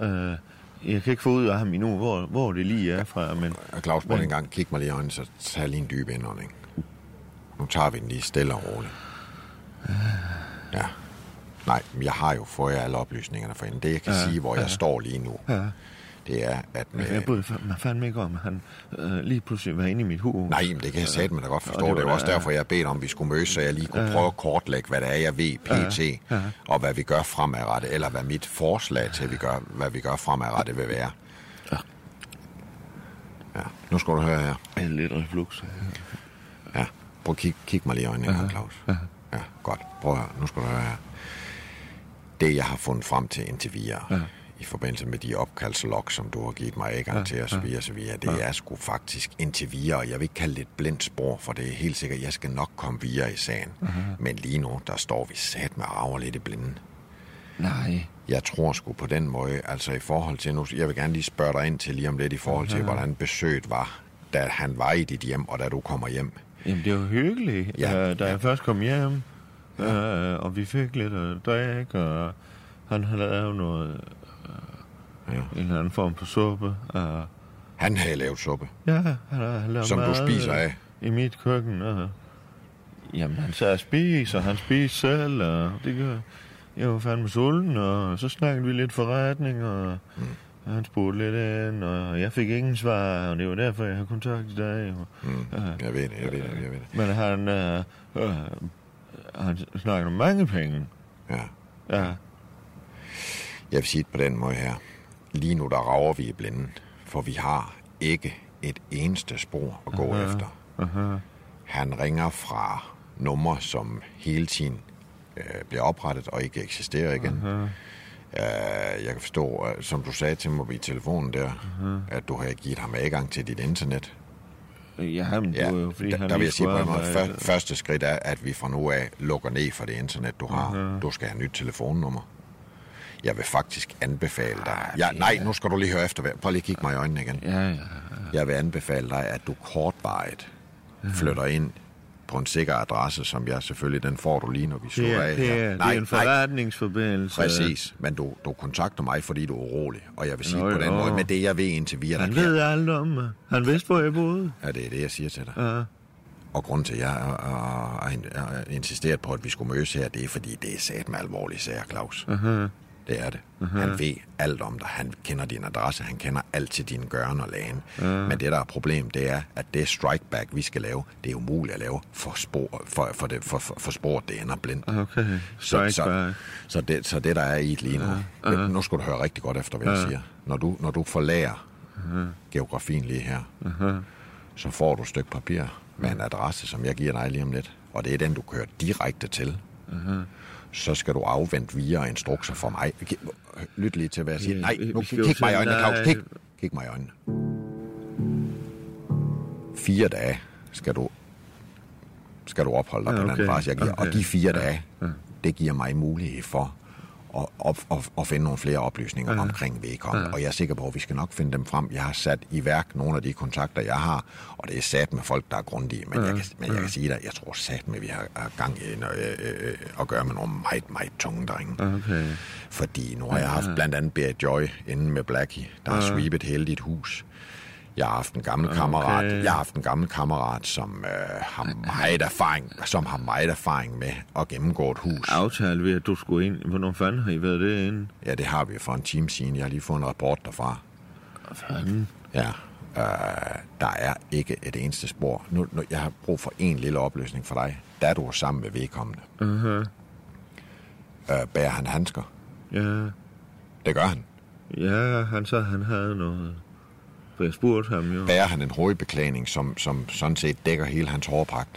Speaker 3: Ja. Øh, jeg kan ikke få ud af ham endnu, hvor, hvor det lige er fra. Men,
Speaker 21: Og Claus spurgte engang, kig mig lige i øjnene, så tag lige en dyb indånding. Nu tager vi den lige stille og roligt.
Speaker 3: Øh.
Speaker 21: Ja. Nej, men jeg har jo fået alle oplysningerne for hende. Det, jeg kan
Speaker 3: Ja,
Speaker 21: sige, hvor jeg
Speaker 3: ja.
Speaker 21: står lige nu,
Speaker 3: Ja.
Speaker 21: det er, at...
Speaker 3: Men jeg bryder fa- mig fandme ikke om, at han øh, lige pludselig var inde i mit hus.
Speaker 21: Nej, men det kan jeg sætte mig da godt
Speaker 3: Og
Speaker 21: forstå. Det er jo
Speaker 3: var-
Speaker 21: også derfor, jeg har bedt om, at vi skulle mødes, så jeg lige kunne
Speaker 3: Ja.
Speaker 21: prøve at kortlægge, hvad det er, jeg ved pt.
Speaker 3: Ja, ja.
Speaker 21: Og hvad vi gør fremadrettet, eller hvad mit forslag til, at vi gør, hvad vi gør fremadrettet vil være. Ja, nu skal du høre her.
Speaker 3: En lidt reflux.
Speaker 21: Ja, prøv at kig, kig mig lige i øjnene en gang, Claus. Ja, godt. Prøv at høre. Nu skal du høre her. Det, jeg har fundet frem til indtil videre,
Speaker 3: Ja.
Speaker 21: i forbindelse med de opkaldslog, som du har givet mig adgang
Speaker 3: Ja,
Speaker 21: til
Speaker 3: ja.
Speaker 21: osv., videre, og så videre, det
Speaker 3: Ja.
Speaker 21: er sgu faktisk indtil videre, og jeg vil ikke kalde det et blindt spor, for det er helt sikkert, jeg skal nok komme videre i sagen.
Speaker 3: Mhm.
Speaker 21: Men lige nu, der står vi sat med rager lidt i blinden.
Speaker 3: Nej.
Speaker 21: Jeg tror sgu på den måde, altså i forhold til nu, jeg vil gerne lige spørge dig ind til lige om lidt i forhold til,
Speaker 3: Ja.
Speaker 21: hvordan besøget var, da han var i dit hjem, og da du kommer hjem.
Speaker 3: Jamen, det var hyggeligt, ja, øh, da ja. jeg først kom hjem. Øh, og vi fik lidt at drikke, og han havde lavet noget... Øh, ja. En eller anden form for suppe. Øh,
Speaker 21: Han havde lavet suppe.
Speaker 3: Ja, han har han laver
Speaker 21: Som du
Speaker 3: mad,
Speaker 21: spiser
Speaker 3: øh,
Speaker 21: af?
Speaker 3: I mit køkken, og... Jamen, han sad og spiser, og han spiste selv, og det gør... Jeg var fandme sulten, og så snakkede vi lidt forretning, og mm. han spurgte lidt ind, og jeg fik ingen svar, og det var derfor, jeg har kontaktet dig. Og, Øh.
Speaker 21: mm. Jeg ved det, jeg ved det, jeg ved det.
Speaker 3: Men han, øh, øh, han snakkede om mange penge.
Speaker 21: Ja.
Speaker 3: Ja.
Speaker 21: Jeg vil sige det på den måde her. Lige nu, der rager vi i blinden, for vi har ikke et eneste spor at gå
Speaker 3: Aha.
Speaker 21: efter.
Speaker 3: Aha.
Speaker 21: Han ringer fra numre, som hele tiden øh, bliver oprettet og ikke eksisterer igen.
Speaker 3: Aha.
Speaker 21: Øh, jeg kan forstå, at, som du sagde til mig i telefonen der,
Speaker 3: Aha.
Speaker 21: at du har givet ham adgang til dit internet.
Speaker 3: Ja, men det var jo, fordi
Speaker 21: der,
Speaker 3: han
Speaker 21: der vil
Speaker 3: lige
Speaker 21: jeg sige på
Speaker 3: skulle øh,
Speaker 21: den måde,
Speaker 3: arbejde.
Speaker 21: før, første skridt er, at vi fra nu af lukker ned for det internet, du har.
Speaker 3: Mhm.
Speaker 21: Du skal have nyt telefonnummer. Jeg vil faktisk anbefale dig... Ja, nej, nu skal du lige høre efter. hvad- Prøv lige at kigge mig i øjnene igen.
Speaker 3: Ah, Ja, ja.
Speaker 21: Jeg vil anbefale dig, at du kortvarigt
Speaker 3: Mhm.
Speaker 21: flytter ind på en sikker adresse, som jeg selvfølgelig, den får du lige, når vi slutter
Speaker 3: Det er,
Speaker 21: af.
Speaker 3: det
Speaker 21: her.
Speaker 3: er, det
Speaker 21: nej,
Speaker 3: er en
Speaker 21: nej,
Speaker 3: forretningsforbindelse.
Speaker 21: Præcis, men du, du kontakter mig, fordi du er urolig, og jeg vil sige
Speaker 3: Nå,
Speaker 21: på den
Speaker 3: jo.
Speaker 21: måde, med det jeg ved indtil vi er der
Speaker 3: Han ved alt om mig. Han vidste, hvor jeg boede.
Speaker 21: Ja, det er det, jeg siger til dig.
Speaker 3: Ja.
Speaker 21: Og grunden til, at jeg har- har- har har insisteret på, at vi skulle mødes her, det er, fordi det er sat med alvorlige sager, Claus.
Speaker 3: Aha.
Speaker 21: Det er det.
Speaker 3: Mhm.
Speaker 21: Han ved alt om dig. Han kender din adresse. Han kender alt til dine gøren og lagen.
Speaker 3: Ja.
Speaker 21: Men det, der er problem, det er, at det strikeback, vi skal lave, det er umuligt at lave for spor, for, for, det, for, for, for spor det ender blindt.
Speaker 3: Okay.
Speaker 21: Så, så,
Speaker 3: Strikeback.
Speaker 21: så, det, så det, der er i det lige nu,
Speaker 3: Ja, ja.
Speaker 21: Men nu skal du høre rigtig godt efter, hvad jeg
Speaker 3: Ja.
Speaker 21: siger. Når du, når du forlærer
Speaker 3: Aha.
Speaker 21: geografien lige her,
Speaker 3: Aha.
Speaker 21: så får du et stykke papir med en adresse, som jeg giver dig lige om lidt. Og det er den, du kører direkte til.
Speaker 3: Aha.
Speaker 21: Så skal du afvente via instrukser fra mig. Ki- Lyt lige til, hvad jeg siger.
Speaker 3: Ja,
Speaker 21: Nej,
Speaker 3: vi-
Speaker 21: nu
Speaker 3: vi skal
Speaker 21: kig
Speaker 3: jo
Speaker 21: kig mig i
Speaker 3: til-
Speaker 21: øjnene,
Speaker 3: nej.
Speaker 21: Claus. Kig, kig mig i øjnene. Fire dage skal du, skal du opholde dig
Speaker 3: Ja,
Speaker 21: på den
Speaker 3: okay.
Speaker 21: anden adresse, jeg giver. Og
Speaker 3: Okay.
Speaker 21: de fire dage, det giver mig mulighed for at, at, at, at finde nogle flere oplysninger
Speaker 3: Ja.
Speaker 21: omkring vedkommende.
Speaker 3: Ja.
Speaker 21: Og jeg er sikker på, at vi skal nok finde dem frem. Jeg har sat i værk nogle af de kontakter, jeg har, og det er sat med folk, der er grundige. Men,
Speaker 3: Ja.
Speaker 21: jeg, kan, men jeg
Speaker 3: Ja.
Speaker 21: kan sige dig, jeg tror sat med, at vi har har gang i en, øh, øh, at gøre med nogle meget, meget tunge drenge.
Speaker 3: Okay.
Speaker 21: Fordi nu har jeg
Speaker 3: Ja.
Speaker 21: haft blandt andet Bear Joy inde med Blackie, der har
Speaker 3: Ja.
Speaker 21: sweepet hele dit hus. Jeg har haft en gammel
Speaker 3: Okay.
Speaker 21: kammerat, jeg har haft en gammel kammerat, som øh, har meget erfaring, som har meget erfaring med at gennemgå et hus.
Speaker 3: Aftalte vi, at du skulle ind. Hvornår fanden har I været det inde?
Speaker 21: Ja, det har vi for en time siden. Jeg har lige fået en rapport derfra.
Speaker 3: Fanden.
Speaker 21: Ja, øh, der er ikke et eneste spor. Nu, nu, jeg har brug for en lille opløsning for dig. Da du er sammen med vedkommende,
Speaker 3: Aha.
Speaker 21: øh, bærer han handsker.
Speaker 3: Ja.
Speaker 21: Det gør han.
Speaker 3: Ja, han sagde, han havde noget. For jeg spurgte ham jo.
Speaker 21: Bærer han en hovedbeklædning, som, som sådan set dækker hele hans hårpragt.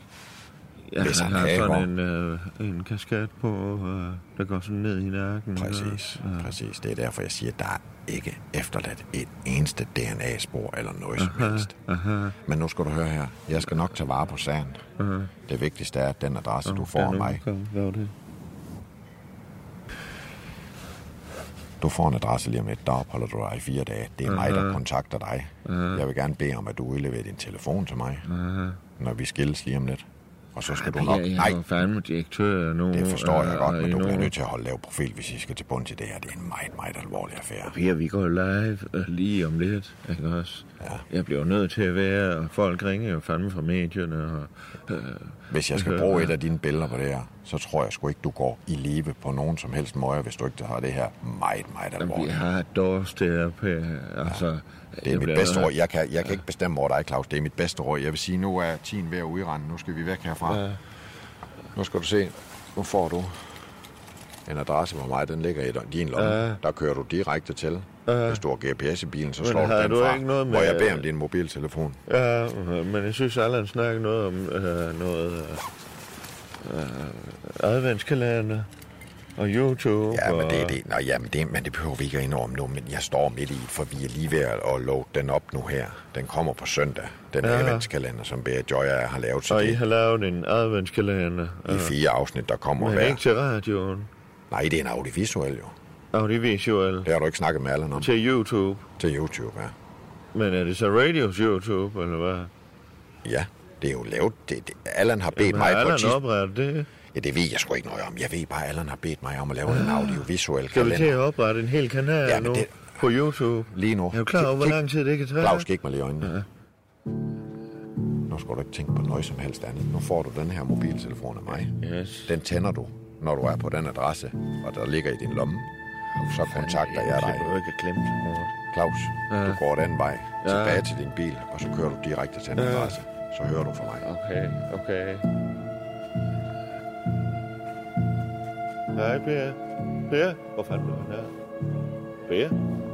Speaker 3: Ja,
Speaker 21: hvis
Speaker 3: han,
Speaker 21: han
Speaker 3: har
Speaker 21: haver.
Speaker 3: sådan en, øh, en kasket på, øh, der går sådan ned i nakken.
Speaker 21: Præcis,
Speaker 3: Ja.
Speaker 21: præcis. Det er derfor, jeg siger, at der er ikke efterladt et eneste DNA-spor eller noget som helst.
Speaker 3: Aha.
Speaker 21: Men nu skal du høre her. Jeg skal nok tage vare på sagen.
Speaker 3: Aha.
Speaker 21: Det vigtigste er, at den adresse, Altså, du får
Speaker 3: Ja,
Speaker 21: af
Speaker 3: nu
Speaker 21: mig,
Speaker 3: kom- Hvad var det?
Speaker 21: Du får en adresse lige om lidt, der opholder du dig i fire dage. Det er mig, der
Speaker 3: Aha.
Speaker 21: kontakter dig.
Speaker 3: Aha.
Speaker 21: Jeg vil gerne bede om, at du udleverer din telefon til mig,
Speaker 3: Aha.
Speaker 21: når vi skilles lige om lidt. Og så skal du
Speaker 3: Papir,
Speaker 21: nok...
Speaker 3: Mhm. jeg
Speaker 21: Nej,
Speaker 3: er jo fandme direktør nu. øh,
Speaker 21: det forstår jeg godt, men du bliver
Speaker 3: nu-
Speaker 21: nødt til at holde lav profil, hvis I skal til bund til det her. Det er en meget, meget alvorlig affære.
Speaker 3: Papir, vi går live øh, lige om lidt, ikke også? Ja. Jeg bliver jo nødt til at være, og folk ringer jo fandme fra medierne. Og, øh,
Speaker 21: Hvis jeg skal bruge et af dine billeder på det her, så tror jeg sgu ikke, du går i live på nogen som helst måde, hvis du ikke har det her meget, meget
Speaker 3: Vi
Speaker 21: alvorligt.
Speaker 3: har et doorstep her, altså...
Speaker 21: Det er
Speaker 3: jeg
Speaker 21: mit
Speaker 3: bliver
Speaker 21: bedste
Speaker 3: nødt-
Speaker 21: råd. Jeg kan, jeg kan ikke bestemme over dig, Claus. Det er mit bedste råd. Jeg vil sige, nu er tiden ved at udrende. Nu skal vi væk herfra.
Speaker 3: Ja.
Speaker 21: Nu skal du se. Nu får du en adresse på mig. Den ligger i din lomme.
Speaker 3: Ja.
Speaker 21: Der kører du direkte til.
Speaker 3: Ja.
Speaker 21: Hvis du har GPS i bilen, så
Speaker 3: Men
Speaker 21: slår du
Speaker 3: har
Speaker 21: den
Speaker 3: du
Speaker 21: fra,
Speaker 3: ikke noget med-
Speaker 21: hvor jeg beder om din mobiltelefon.
Speaker 3: Ja, øh, men jeg synes, Allan snakker noget om øh, noget øh, øh, adventskalender og YouTube.
Speaker 21: Ja, men det er
Speaker 3: og-
Speaker 21: det. Nå, ja, men det, men det behøver vi ikke at indrømme nu, men jeg står midt i, det, for vi er lige ved at at load den op nu her. Den kommer på søndag, den her
Speaker 3: Ja.
Speaker 21: adventskalender, som Bea Joya har lavet til
Speaker 3: Og I
Speaker 21: det.
Speaker 3: har lavet en adventskalender. Øh,
Speaker 21: I fire afsnit, der kommer
Speaker 3: Men
Speaker 21: hver.
Speaker 3: ikke til radioen.
Speaker 21: Nej, det er en audiovisuel jo.
Speaker 3: Audiovisuel.
Speaker 21: Det har du ikke snakket med Allan om.
Speaker 3: Til YouTube.
Speaker 21: Til YouTube, ja.
Speaker 3: Men er det så radios YouTube, eller hvad?
Speaker 21: Ja, det er jo lavet. Det, det. Allan har bedt
Speaker 3: Jamen,
Speaker 21: mig
Speaker 3: har
Speaker 21: på
Speaker 3: Allan
Speaker 21: et tids-
Speaker 3: oprettet det?
Speaker 21: Ja, det ved jeg sgu ikke noget om. Jeg ved bare, at Allan har bedt mig om at lave en audiovisuel
Speaker 3: Ah. Skal vi til at
Speaker 21: kalender.
Speaker 3: oprette en hel kanal
Speaker 21: Ja,
Speaker 3: ja,
Speaker 21: men
Speaker 3: nu
Speaker 21: det-
Speaker 3: det... på YouTube?
Speaker 21: Lige nu.
Speaker 3: Jeg er jo klar over, hvor
Speaker 21: Kig-
Speaker 3: lang tid det kan tage.
Speaker 21: Claus, gik mig lige i øjnene. Nu skal du ikke tænke på noget som helst andet. Nu får du den her mobiltelefon af mig.
Speaker 3: Yes.
Speaker 21: Den tænder du, når du er på den adresse, og der ligger i din lomme. Så kontakter jeg dig.
Speaker 3: Jeg ikke glemt
Speaker 21: Claus, du går den vej
Speaker 3: Ja.
Speaker 21: tilbage til din bil, og så kører du direkte til den
Speaker 3: Ja.
Speaker 21: adresse. Så hører du fra mig.
Speaker 3: Okay, okay. Hej, Per. Per, hvor fanden er du her? Per?